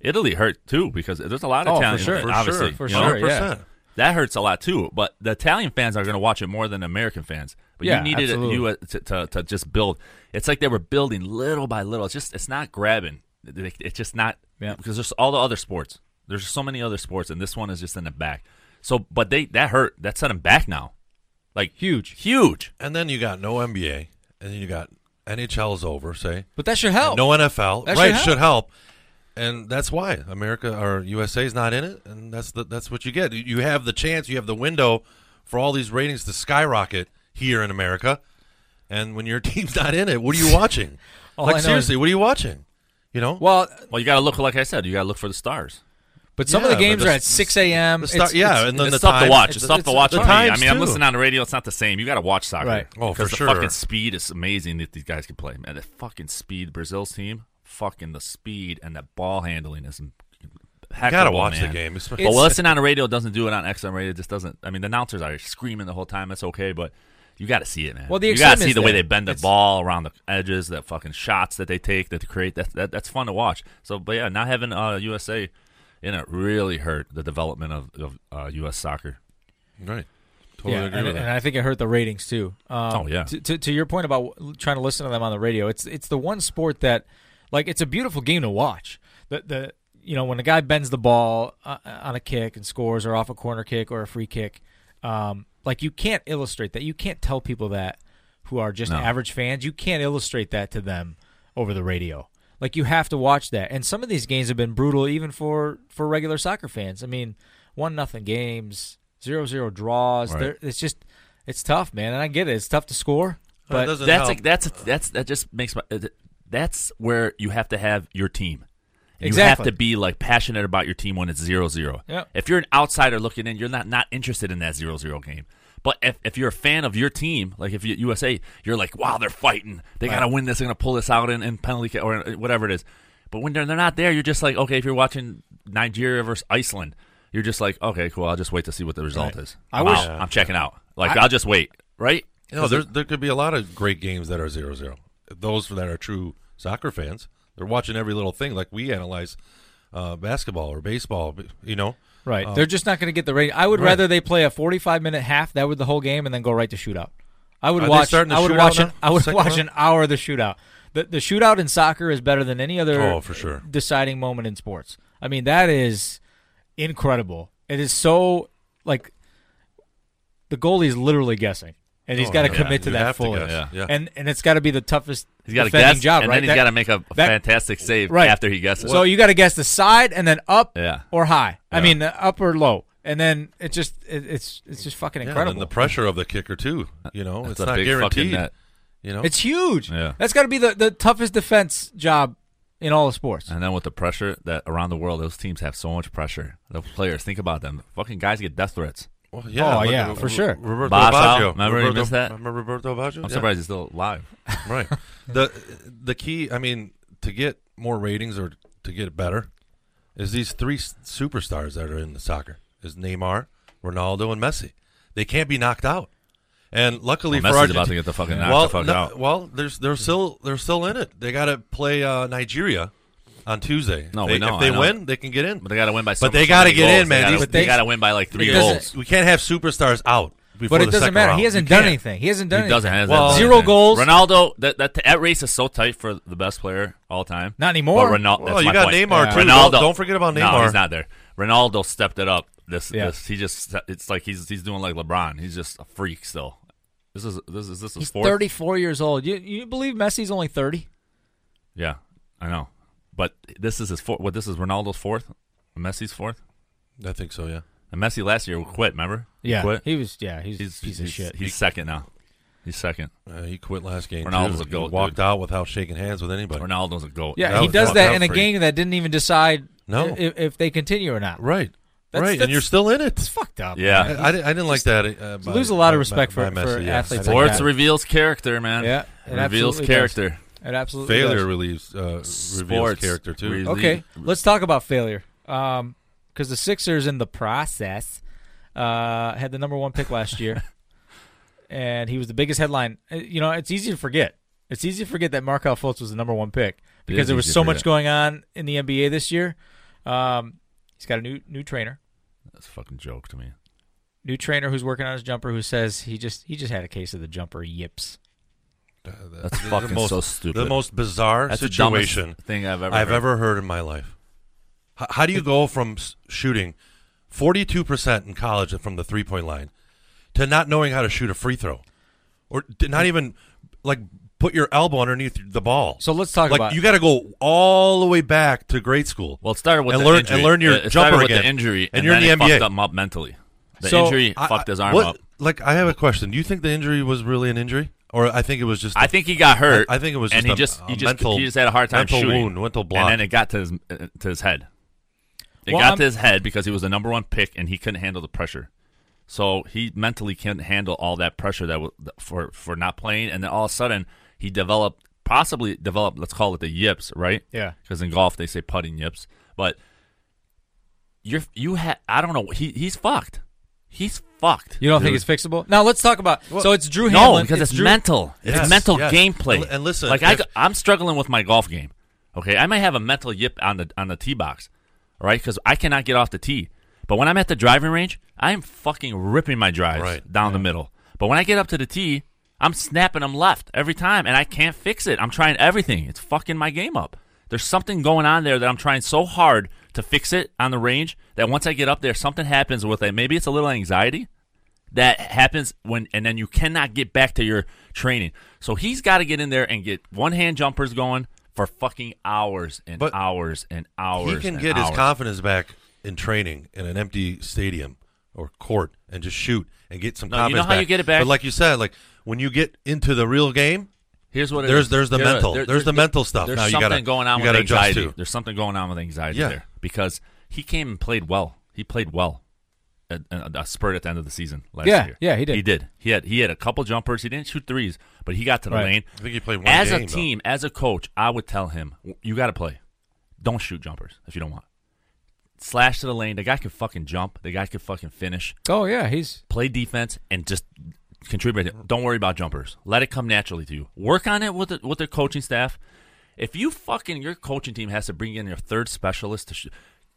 F: Italy hurt too because there's a lot of
D: Oh, for
F: Italians.
D: sure.
F: that-
E: for
F: obviously,
E: sure, for
F: you know?
D: sure, yeah.
E: 100%.
F: That hurts a lot too, but the Italian fans are going to watch it more than American fans. But
D: Yeah,
F: you needed it-
D: absolutely.
F: you uh, to, to, to just build. It's like they were building little by little. It's just it's not grabbing. It- it- It's just not
D: Yeah.
F: because there's all the other sports. There's so many other sports, and this one is just in the back. So, but they that hurt. That set them back now. Like
D: huge.
F: huge.
E: And then you got no NBA, and then you got NHL's over. Say
D: But that should help.
E: no NFL.
D: That should
E: right
D: help.
E: should help. And that's why America or USA is not in it, and that's the, that's what you get. You- You have the chance, you have the window for all these ratings to skyrocket here in America, and when your team's not in it, what are you watching?
D: All I know
E: like
D: is-
E: seriously, what are you watching? You know,
D: Well,
F: Well, you got to look. Like I said, you got to look for the stars.
D: but some of the
E: Yeah, but
D: games
E: the-
D: are at six a.m.
E: The
D: It's-
E: star- yeah,
D: it's-
E: and then
F: it's
E: the
F: tough
E: times-
F: to watch. It's,
E: it's-
F: tough to
E: it's-
F: watch.
E: the
F: for me. I
E: times,
F: mean, I'm
E: too.
F: listening on the radio. It's not the same. You got to watch soccer.
D: Right.
E: Oh, for
F: Because the
E: sure.
F: fucking speed is amazing that these guys can play. Man, the fucking speed. Brazil's team, fucking the speed and the ball handling is
E: you gotta
F: impeccable,
E: watch
F: man.
E: the game. It's-
F: But listening on the radio doesn't do it on XM radio. It just doesn't. I mean, the announcers are screaming the whole time. That's okay, but you got to see it, man.
D: Well, the
F: you got to
D: excitement's
F: see the way
D: there.
F: they bend the
D: It's-
F: ball around the edges, the fucking shots that they take, that they create. That's that, that's fun to watch. So, but yeah, not having uh, USA in it really hurt the development of, of uh, U.S. soccer.
E: Right. Totally
D: yeah,
E: agree
D: and,
E: with
D: and
E: that.
D: I think it hurt the ratings too. Um,
F: Oh, yeah.
D: To, to, to your point about w- trying to listen to them on the radio, it's it's the one sport that, like, it's a beautiful game to watch. The the you know when a guy bends the ball uh, on a kick and scores, or off a corner kick or a free kick, um, like you can't illustrate that. You can't tell people that who are just
F: No.
D: average fans. You can't illustrate that to them over the radio. Like you have to watch that. And some of these games have been brutal, even for for regular soccer fans. I mean, one nothing games, zero zero draws.
F: Right.
D: There It's just It's tough, man, and I get it. It's tough to score,
E: it
D: but
E: doesn't
F: that's
E: help.
F: like that's that's that just makes my. uh, th- That's where you have to have your team. You
D: Exactly.
F: have to be like passionate about your team when it's 0-0.
D: Yep.
F: If you're an outsider looking in, you're not not interested in that 0-0 game. But if, if you're a fan of your team, like if you USA, you're like, wow, they're fighting. They gotta win this. They're gonna pull this out in, in penalty kick or in- whatever it is. But when they're, they're not there, you're just like, okay, if you're watching Nigeria versus Iceland, you're just like, okay, cool. I'll just wait to see what the result is.
D: I
F: I'm
D: wish-
F: out. I'm checking out. Like I'll just wait, right?
E: You know, there, there could be a lot of great games that are 0 0. Those that are true soccer fans, they're watching every little thing like we analyze uh, basketball or baseball, but, you know?
D: right?
E: Um,
D: They're just not going to get the rating. I would rather they play a forty-five minute half that with the whole game and then go right to shootout. I would
E: Are they
D: watch.
E: starting the
D: I would
E: shootout
D: watch.
E: now?
D: An, I would
E: Second
D: watch
E: round?
D: an hour of the shootout. The, the shootout in soccer is better than any other
E: Oh, for sure.
D: deciding moment in sports. I mean, that is incredible. It is so like the goalie's literally guessing, and he's
E: Oh,
D: got to
E: yeah.
D: commit to
E: You
D: that
E: have to
D: fully.
E: guess, Yeah. yeah.
D: And and it's got to be the toughest
F: He's got to
D: defending
F: guess,
D: job,
F: and
D: right?
F: then he's
D: That-
F: got to make a, a
D: that-
F: fantastic save
D: right.
F: after he guesses.
D: So you got to guess the side and then up
F: Yeah.
D: or high. I
F: Yeah.
D: mean, uh, up or low, and then it just it, it's it's just fucking
E: Yeah,
D: incredible.
E: and the pressure of the kicker, too. You know,
F: That's
E: it's not
F: big fucking
E: guaranteed.
F: net.
E: You know?
D: it's huge.
F: Yeah.
D: That's got to be the, the toughest defense job in all of sports.
F: And then with the pressure that around the world, those teams have so much pressure. The players, think about them. Fucking guys get death threats.
E: Well, yeah,
D: Oh,
E: look
D: yeah,
E: at-
D: for sure.
E: Roberto
F: Basso,
E: Baggio.
F: remember he
E: Roberto,
F: missed that?
E: Remember Roberto Baggio?
F: I'm
E: Yeah.
F: surprised he's still alive.
E: right. The the key, I mean, to get more ratings or to get better, is these three s- superstars that are in the soccer is Neymar, Ronaldo, and Messi. They can't be knocked out. And luckily
F: Well,
E: for
F: Messi's
E: Argentina,
F: about to get the fucking knocked
E: well,
F: the fuck
E: no-
F: out.
E: Well, there's they're still they're still in it. They got to play uh, Nigeria on Tuesday.
F: No,
E: They-
F: we know,
E: if they
F: I know.
E: win, they can get in.
F: But they got to win by. So
E: But they
F: got to
E: gotta get in, man.
F: They
E: These-
F: gotta,
E: But they-
F: win by like three
D: it doesn't-
F: goals.
E: we can't have superstars out. Before
D: but it
E: the
D: doesn't
E: second
D: matter.
E: round.
D: He hasn't
E: You
D: done
E: can't.
D: anything. He hasn't done
F: He
D: anything.
F: doesn't have
E: Well-
F: that
D: Zero goals.
F: Ronaldo. That, that that race is so tight for the best player all time.
D: Not anymore.
F: But Ronaldo.
E: Well, Oh, you got Neymar, too.
F: Ronaldo.
E: Don't- don't forget about
F: No,
E: Neymar.
F: he's not there. Ronaldo stepped it up. This,
D: Yeah.
F: this he just it's like he's he's doing like LeBron. He's just a freak still. This is this is this is
D: He's
F: fourth.
D: 34 years old. You you believe Messi's only 30?
F: Yeah, I know. But this is his fourth. What this is Ronaldo's fourth, Messi's fourth,
E: I think so. Yeah.
F: and Messi last year quit. Remember? He quit.
D: he was. Yeah, he's, he's
F: he's
D: a piece of
F: he's-
D: shit.
F: He's second now. He's second.
E: Uh, he quit last game.
F: Ronaldo's
E: too.
F: a goat,
E: He walked
F: dude.
E: out without shaking hands with anybody.
F: Ronaldo's a goat.
D: yeah,
E: that
D: he
E: was-
D: does
E: that
D: that
E: was
D: in a
E: free.
D: game that didn't even decide
E: No.
D: i- if, if they continue or not.
E: Right.
D: That's-
E: right.
D: that's-
E: and you're still in it.
D: It's fucked up.
F: Yeah.
E: I, I, didn't- I didn't like that. Uh, by-
D: lose a lot of
E: by-
D: respect for-
E: by Messi,
D: for
E: yeah.
D: athletes
E: I
D: like
E: think
F: Sports
D: that.
F: reveals character, man.
D: Yeah, it
F: it reveals
D: absolutely
F: character.
D: It absolutely
E: failure
D: does.
E: relieves uh, reveals
F: Sports.
E: character too.
F: Really-
D: Okay, let's talk about failure. Um, because the Sixers in the process uh, had the number one pick last year, and he was the biggest headline. Uh, You know, it's easy to forget. It's easy to forget that Markel Fultz was the number one pick because
F: is
D: there was
F: easy to
D: so much
F: forget.
D: going on in the NBA this year. Um, he's got a new new trainer,
F: That's a fucking joke to me.
D: new trainer who's working on his jumper. Who says he just he just had a case of the jumper yips.
F: That's fucking
E: most,
F: so stupid.
E: The most bizarre
F: That's the dumbest
E: situation
F: thing I've ever.
E: I've
F: heard.
E: ever heard in my life. H- how do you go from s- shooting 42 percent in college from the three point line to not knowing how to shoot a free throw, or d-
F: Mm.
E: not even like put your elbow underneath the ball?
D: So let's talk
E: like
D: about-
E: you got to go all the way back to grade school.
F: Well, it started with
E: and
F: the
E: learn
F: injury.
E: and learn your
F: it started
E: jumper
F: with
E: again.
F: the injury, and,
E: you're
F: then
E: in
F: it
E: the NBA.
F: fucked him up mentally. The
D: So,
F: injury
E: I-
F: fucked his arm
E: what-
F: up.
E: Like I have a question. Do you think the injury was really an injury, or I think it was just?
F: I think he got hurt.
E: I- I think it was
F: and he
E: just
F: just
E: a-
F: he
E: a
F: just
E: mental-
F: he just had a hard time
E: mental
F: shooting.
E: wound, mental block.
F: and then it got to his uh, to his head. It
D: Well,
F: got
D: I'm-
F: to his head because he was the number one pick and he couldn't handle the pressure. So he mentally couldn't handle all that pressure that was for for not playing, and then all of a sudden he developed possibly developed. Let's call it the yips, right?
D: Yeah.
F: Because in golf they say putting yips, but you're you had I don't know he he's fucked. He's fucked.
D: You don't think
F: dude.
D: it's fixable? Now let's talk about. so it's Drew
F: No,
D: Hamlin
F: because it's,
D: Drew-
F: mental.
E: Yes,
F: it's mental
E: yes.
F: gameplay.
E: And- and listen,
F: like I,
E: if-
F: I'm struggling with my golf game. Okay, I might have a mental yip on the on the tee box, all right, because I cannot get off the tee. But when I'm at the driving range, I am fucking ripping my drives
E: Right.
F: down the middle. But when I get up to the tee, I'm snapping them left every time, and I can't fix it. I'm trying everything. It's fucking my game up. There's something going on there that I'm trying so hard to fix it on the range that once I get up there, something happens with it. Maybe it's a little anxiety that happens when and then you cannot get back to your training. So he's got to get in there and get one hand jumpers going for fucking hours and
E: But
F: hours and hours.
E: he can
F: and
E: get
F: hours.
E: his confidence back in training in an empty stadium or court and just shoot and get some
F: No, you
E: comments
F: know how you get it back?
E: But like you said, like when you get into the real game,
F: Here's what it
E: There's-
F: is.
E: there's the
F: There-
E: mental.
F: there-
E: There's the mental stuff.
F: There's
E: Now you
F: something
E: gotta-
F: going on
E: you
F: with
E: gotta adjust
F: anxiety.
E: to.
F: There's something going on with anxiety
E: Yeah.
F: there because he came and played well. He played well. A, a, a spurt at the end of the season last
D: Yeah,
F: year.
D: yeah, he did.
F: He did. He had he had a couple jumpers. He didn't shoot threes, but he got to the
D: Right.
F: lane.
E: I think he played one
F: As a
E: game, though.
F: team, as a coach, I would tell him "W- you got to play. Don't shoot jumpers if you don't want. Slash to the lane. The guy can fucking jump. The guy can fucking finish
D: Oh yeah, he's
F: play defense and just contribute. It. Don't worry about jumpers. Let it come naturally to you. Work on it with the, with their coaching staff. If you fucking your coaching team has to bring in your third specialist to shoot,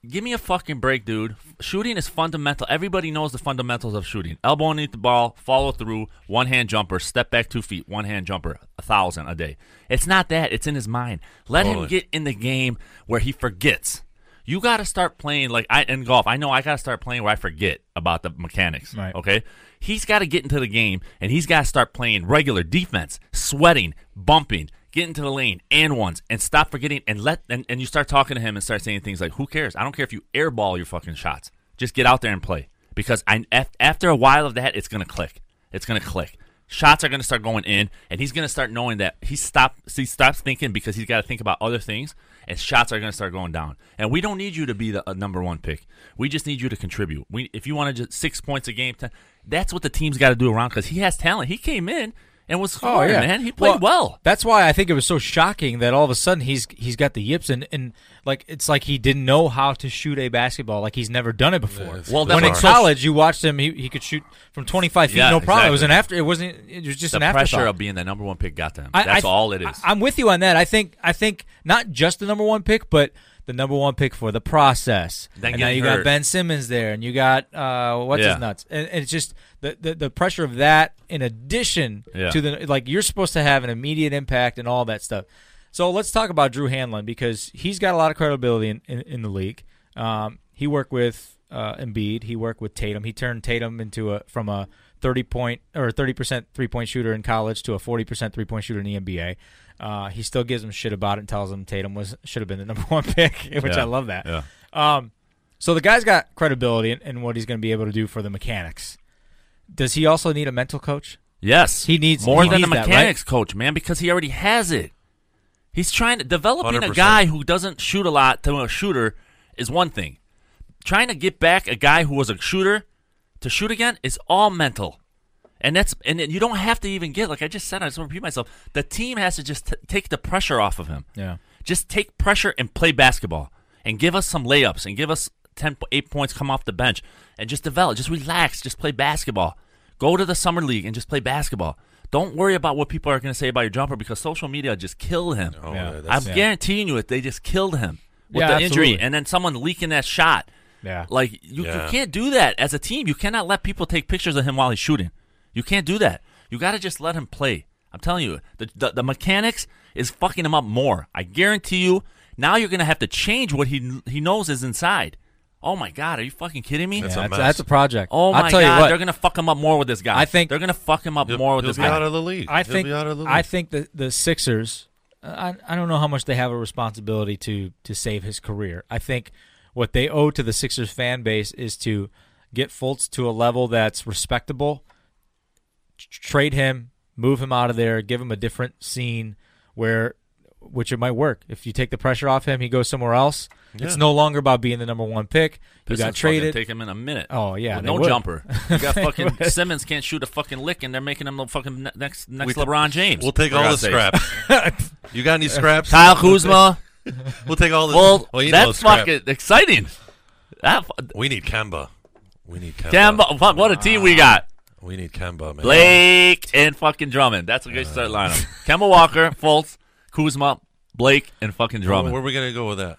F: give me a fucking break, dude. Shooting is fundamental. Everybody knows the fundamentals of shooting: elbow underneath the ball, follow through, one hand jumper, step back two feet, one hand jumper, a thousand a day. It's not that. It's in his mind. Let him
E: Totally.
F: get in the game where he forgets. You got to start playing like I in golf. I know I got to start playing where I forget about the mechanics.
D: Right.
F: Okay. He's got to get into the game and he's got to start playing regular defense, sweating, bumping, get into the lane, and ones, and stop forgetting and let and, and you start talking to him and start saying things like, "Who cares? I don't care if you airball your fucking shots. Just get out there and play." Because I af- after a while of that, it's gonna click. It's gonna click. Shots are gonna start going in, and he's gonna start knowing that he stops. He stops thinking because he's got to think about other things, and shots are gonna start going down. And we don't need you to be the uh, number one pick. We just need you to contribute. We, if you want to just six points a game, ten, that's what the team's got to do around because he has talent. He came in and was
D: oh
F: scoring,
D: yeah,
F: man. He played well.
D: That's why I think it was so shocking that all of a sudden he's he's got the yips and and like it's like he didn't know how to shoot a basketball. Like he's never done it before.
E: it's
F: Well,
D: when
F: that's
D: in
F: why-
D: college you watched him, he, he could shoot from 25 feet,
F: Yeah,
D: no problem. It was
F: exactly.
D: an after. It wasn't. It was just
F: The
D: an afterthought.
F: pressure of being the number one pick got to him.
D: I-
F: that's
D: I-
F: all it is.
D: I, am with you on that. I think I think not just the number one pick, but the number one pick for the process.
F: Then
D: and now
F: getting
D: you
F: hurt.
D: got Ben Simmons there, and you got uh, what's
F: Yeah.
D: his nuts, and, and it's just the, the the pressure of that in addition
F: Yeah.
D: to the like you're supposed to have an immediate impact and all that stuff. So let's talk about Drew Hanlon because he's got a lot of credibility in, in, in the league. Um, he worked with uh, Embiid. He worked with Tatum. He turned Tatum into a from a thirty point or thirty percent three point shooter in college to a forty percent three point shooter in the NBA. Uh, he still gives him shit about it and tells him Tatum was should have been the number one pick, which
F: Yeah.
D: I love that.
F: Yeah.
D: Um, so the guy's got credibility in, in what he's going to be able to do for the mechanics. Does he also need a mental coach?
F: Yes,
D: He needs-
F: more
D: he
F: than
D: needs
F: the
D: that, right?
F: mechanics coach, man, because he already has it. He's trying to developing a
E: 100%.
F: guy who doesn't shoot a lot to a shooter is one thing. Trying to get back a guy who was a shooter to shoot again is all mental, and that's and you don't have to even get like I just said. I just want to repeat myself. The team has to just t- take the pressure off of him.
D: Yeah.
F: Just take pressure and play basketball and give us some layups and give us 10, po- 8 points come off the bench and just develop. Just relax. Just play basketball. Go to the summer league and just play basketball. Don't worry about what people are going to say about your jumper because social media just killed him.
E: Oh,
D: Yeah.
E: yeah, that's-
F: I'm
D: yeah.
F: guaranteeing you it. They just killed him with
D: Yeah,
F: the injury
D: absolutely.
F: and then someone leaking that shot.
D: Yeah.
F: Like you,
E: Yeah.
F: you can't do that as a team. You cannot let people take pictures of him while he's shooting. You can't do that. You got to just let him play. I'm telling you, the, the the mechanics is fucking him up more. I guarantee you. Now you're gonna have to change what he he knows is inside. Oh my god, are you fucking kidding me?
E: That's
D: Yeah,
E: a
D: that's,
E: mess.
D: that's a project.
F: oh my
D: I'll tell
F: god,
D: you what,
F: they're gonna fuck him up more with this guy.
D: I think-
F: they're gonna fuck him up
E: He'll,
F: more with
E: he'll
F: this
E: be
F: guy.
E: out of the league.
D: I
E: He'll
D: think
E: be out of the league.
D: I think the the Sixers. uh, I I don't know how much they have a responsibility to to save his career. I think what they owe to the Sixers fan base is to get Fultz to a level that's respectable, t- trade him, move him out of there, give him a different scene where which it might work. If you take the pressure off him, he goes somewhere else. It's no longer about being the number one pick. You
F: Pistons
D: got
F: fucking
D: traded.
F: Take him in a minute.
D: Oh, yeah,
F: With
D: they
F: no
D: would.
F: jumper. You got
D: They
F: fucking
D: would.
F: Simmons can't shoot a fucking lick, and they're making him the fucking ne- next next
E: We-
F: LeBron James.
E: We'll take
F: For
E: all the
F: God's sakes.
E: scraps. you got any scraps?
F: Kyle Kuzma.
E: We'll take all the.
F: Well,
E: you know
F: that's
E: scrap.
F: fucking exciting. That fu-
E: We need Kemba. We need Kemba.
F: Kemba, fuck, what a team we got.
E: We need Kemba, man.
F: Blake and fucking Drummond. That's a good start lineup. Kemba Walker, Fultz, Kuzma, Blake, and fucking
E: Where,
F: Drummond.
E: where are we gonna go with that?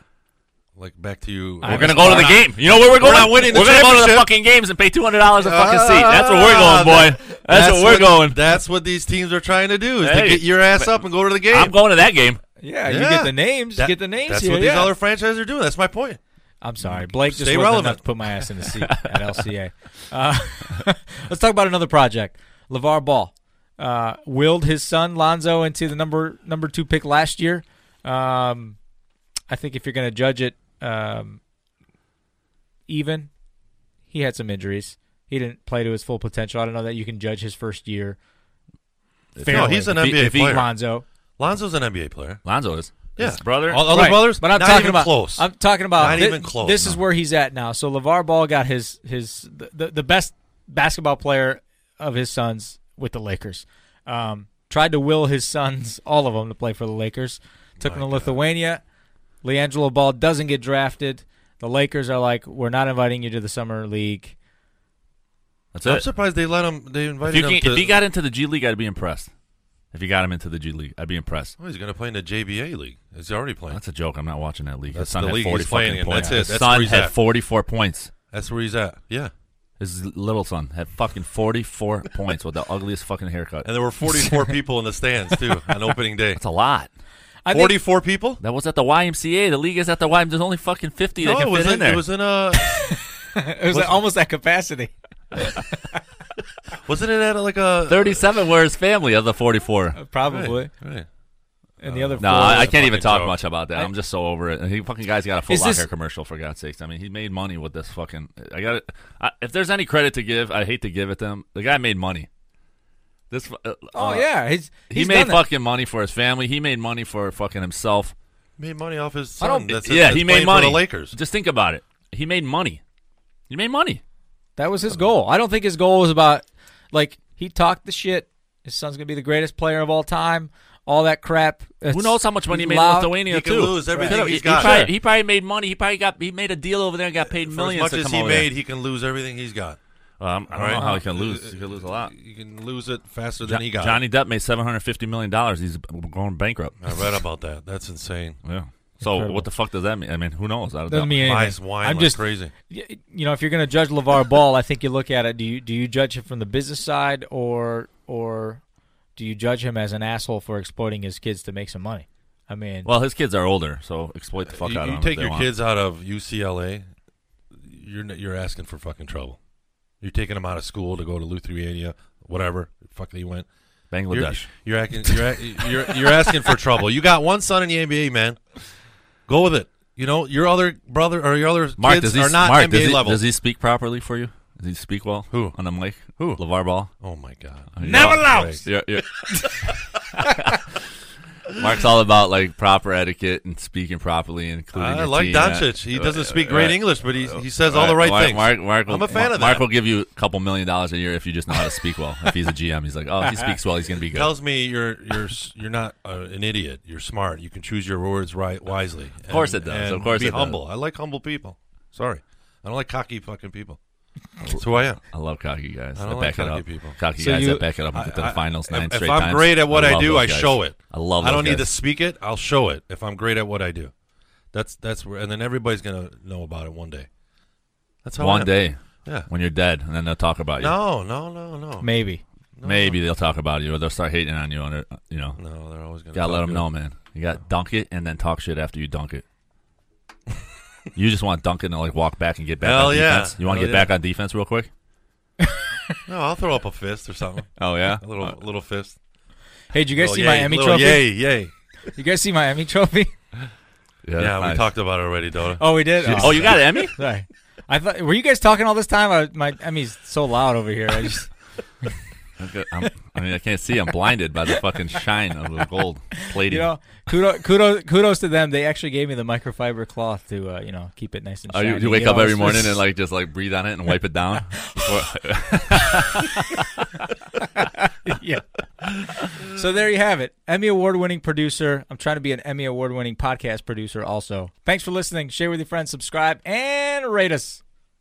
E: Like back to you.
F: We're gonna go to the game. You know where we're going?
E: We're not winning the
F: We're gonna go to the
E: championship.
F: fucking games and pay two hundred dollars a fucking seat. That's where
E: Ah,
F: we're going, boy. That's, where we're
E: what,
F: going.
E: That's what these teams are trying to do is
F: Hey.
E: to get your ass up and go to the game.
F: I'm going to that game.
D: yeah, you
E: Yeah.
D: get the names.
E: That-
D: get the names
E: That's
D: here.
E: what these
D: yeah.
E: other franchises are doing. That's my point.
D: I'm sorry, Blake just
E: Stay
D: wasn't
E: relevant.
D: enough to put my ass in the seat at LCA. Uh, let's talk about another project. LeVar Ball uh, willed his son Lonzo into the number number two pick last year. Um, I think if you're going to judge it um, even, he had some injuries. he didn't play to his full potential. I don't know that you can judge his first year.
E: No, he's an
F: If he-
E: NBA
F: if he-
E: player.
D: Lonzo,
E: Lonzo's an NBA player.
F: Lonzo is.
E: Yeah,
F: His brother.
E: All, all those
D: Right,
E: brothers,
D: but I'm
E: not
D: talking
E: even
D: about
E: close.
D: I'm talking about
E: Not
D: thi-
E: even close,
D: This is
E: no.
D: where he's at now. So Levar Ball got his his the, the, the best basketball player of his sons with the Lakers. Um, tried to will his sons, all of them, to play for the Lakers. Took them to Lithuania. Leangelo Ball doesn't get drafted. The Lakers are like, we're not inviting you to the summer league.
F: That's
E: I'm
F: it.
E: surprised they let him. They
F: If,
E: invited
F: you
E: him
F: can,
E: to.
F: if he got into the G League, I'd be impressed. If he got him into the G League, I'd be impressed.
E: oh, he's going to play in the JBA league. He's already playing.
F: That's a joke. I'm not watching that league. His
E: That's
F: son
E: the
F: had
E: league
F: 40
E: he's playing
F: fucking
E: in.
F: points.
E: That's it.
F: His
E: That's where
F: son
E: he's
F: had
E: at.
F: 44 points.
E: That's where he's at. Yeah,
F: His little son had fucking 44 points with the ugliest fucking haircut.
E: and there were 44 people in the stands too on opening day.
F: That's a lot.
D: I think-
E: 44 people.
F: That was at the YMCA. The league is at the YMCA. There's only fucking 50 that can
E: it was
F: fit in there.
E: It was in a.
D: it was almost that capacity.
E: Wasn't it at like a
F: 37 were his family of the 44.
D: Probably.
E: Right, right.
D: And the other
F: No,
D: four-
F: I, I can't even
E: fucking
F: talk
E: joke.
F: much about that. I'm just so over it. And He fucking guy's got a Foot
D: Is
F: Locker
D: this-
F: commercial for God's sakes. I mean, he made money with this fucking. I got it. I, if there's any credit to give, I hate to give it to him. The guy made money. This. fu- Uh,
D: Oh
F: uh,
D: yeah, he's,
F: He
D: he's
F: made
D: done that.
F: fucking money for his family. He made money for fucking himself.
E: Made money off his
D: I
E: son.
D: don't-
E: that's
F: yeah,
E: that's
F: he made
E: playing
F: money.
E: for the Lakers.
F: Just think about it. He made money. He made money.
D: That was his goal. I don't think his goal was about like he talked the shit. His son's gonna be the greatest player of all time. All that crap.
F: Who knows how much money he made
D: loud.
F: in Lithuania
E: He can
F: too?
E: lose everything
F: Could've-
E: he's
F: he- he
E: got.
F: probably-
E: Sure.
F: he probably made money. He probably got. He made a deal over there and got paid
E: For as
F: millions.
E: much
F: to
E: as
F: come
E: he
F: over
E: made,
F: there.
E: he can lose everything he's got.
F: Um, I don't
E: All
F: know
E: right.
F: how he can lose. He could lose a lot.
E: You can lose it faster
F: Jo-
E: than he got.
F: Johnny Depp made seven hundred fifty million dollars. He's going bankrupt.
E: I read about that. That's insane.
F: Yeah. So what the fuck does that mean? I mean, who knows? I don't know.
D: Doesn't mean anything.
E: Buys wine
D: I'm
E: like
D: just
E: crazy.
D: y- You know, if you're gonna judge Levar Ball, I think you look at it. Do you do you judge him from the business side or or do you judge him as an asshole for exploiting his kids to make some money? I mean,
F: well, his kids are older, so exploit the fuck
E: you
F: out
E: you
F: of them. if
E: take
F: they
E: your
F: want.
E: kids out of UCLA, you're n- you're asking for fucking trouble. You're taking them out of school to go to Lithuania, whatever. Fuck, they went. You're,
F: Bangladesh.
E: you're acting. You're, act- you're you're asking for trouble. You got one son in the NBA, man. Go with it. You know your other brother or your other
F: Mark,
E: kids
F: does he,
E: are not
F: Mark,
E: NBA
F: does he,
E: level.
F: does he speak properly for you? Does he speak well?
E: Who?
F: on the mic?
E: Who?
F: Levar Ball.
E: oh my god!
F: Never
E: lost.
F: Yeah, yeah. Mark's all about like proper etiquette and speaking properly, including.
E: I
F: your
E: like
F: team.
E: Doncic.
F: Uh,
E: He doesn't
F: uh,
E: speak
F: uh,
E: great
F: right.
E: English, but he he says all the right
F: Mark,
E: things.
F: Mark, Mark will,
E: I'm a fan
F: Mark,
E: of that.
F: Mark will give you a couple million dollars a year if you just know how to speak well. if he's a GM, he's like, oh, if he speaks well, he's gonna be good.
E: tells me you're you're s- you're not uh, an idiot. You're smart. You can choose your words right wisely. Of
F: course it does. Of course
E: be
F: it does.
E: humble. I like humble people. Sorry, I don't like cocky fucking people. That's who I am.
F: I love cocky guys.
E: I
F: I
E: don't
F: back
E: like
F: it
E: cocky
F: up.
E: people.
F: Cocky
D: So
F: guys
D: you-
F: that back it up and get to the
E: I-
F: finals
E: I-
F: nine
E: if
F: straight
E: I'm
F: times.
E: great at what I,
F: love
E: do,
F: those
E: I
F: guys.
E: show it.
F: I love.
E: I
F: those
E: don't need to
F: guys.
E: speak it. I'll show it. If I'm great at what I do, that's that's where. And then everybody's gonna know about it one day. That's how I
F: one
E: am.
F: day
E: Yeah.
F: when you're dead, and then they'll talk about you.
E: No, no, no, no.
D: maybe.
F: Maybe they'll talk about you, or they'll start hating on you. On it, you know,
E: No, they're always gonna.
F: gotta let
E: talk
F: them
E: good.
F: know, man. You got dunk it and then talk shit after you dunk it. you just want to dunk it and like walk back and get back
E: Hell
F: on
E: yeah.
F: defense. You want to
E: Hell
F: get
E: yeah.
F: back on defense real quick?
E: No, I'll throw up a fist or something.
F: Oh yeah,
E: A little little fist.
D: Hey, did you guys
E: Little
D: see
E: yay,
D: my Emmy
E: little
D: trophy?
E: Yay, yay.
D: You guys see my Emmy trophy?
F: yeah.
E: Yeah,
F: that's
E: we
F: nice.
E: talked about it already, Dota.
D: Oh, we did.
F: Oh, you got an Emmy?
D: Sorry. I thought were you guys talking all this time? I, my Emmy's so loud over here. I just
F: Okay, I'm, I mean, I can't see. I'm blinded by the fucking shine of the gold
D: you
F: plating.
D: know, kudos, kudos, kudos to them. They actually gave me the microfiber cloth to, uh, you know, keep it nice and
F: Oh,
D: shiny.
F: you, you wake
D: Get
F: up
D: all
F: every
D: this-
F: morning and like just like breathe on it and wipe it down. Before-
D: yeah. So there you have it. Emmy award-winning producer. I'm trying to be an Emmy award-winning podcast producer. Also, thanks for listening. Share with your friends. Subscribe and rate us.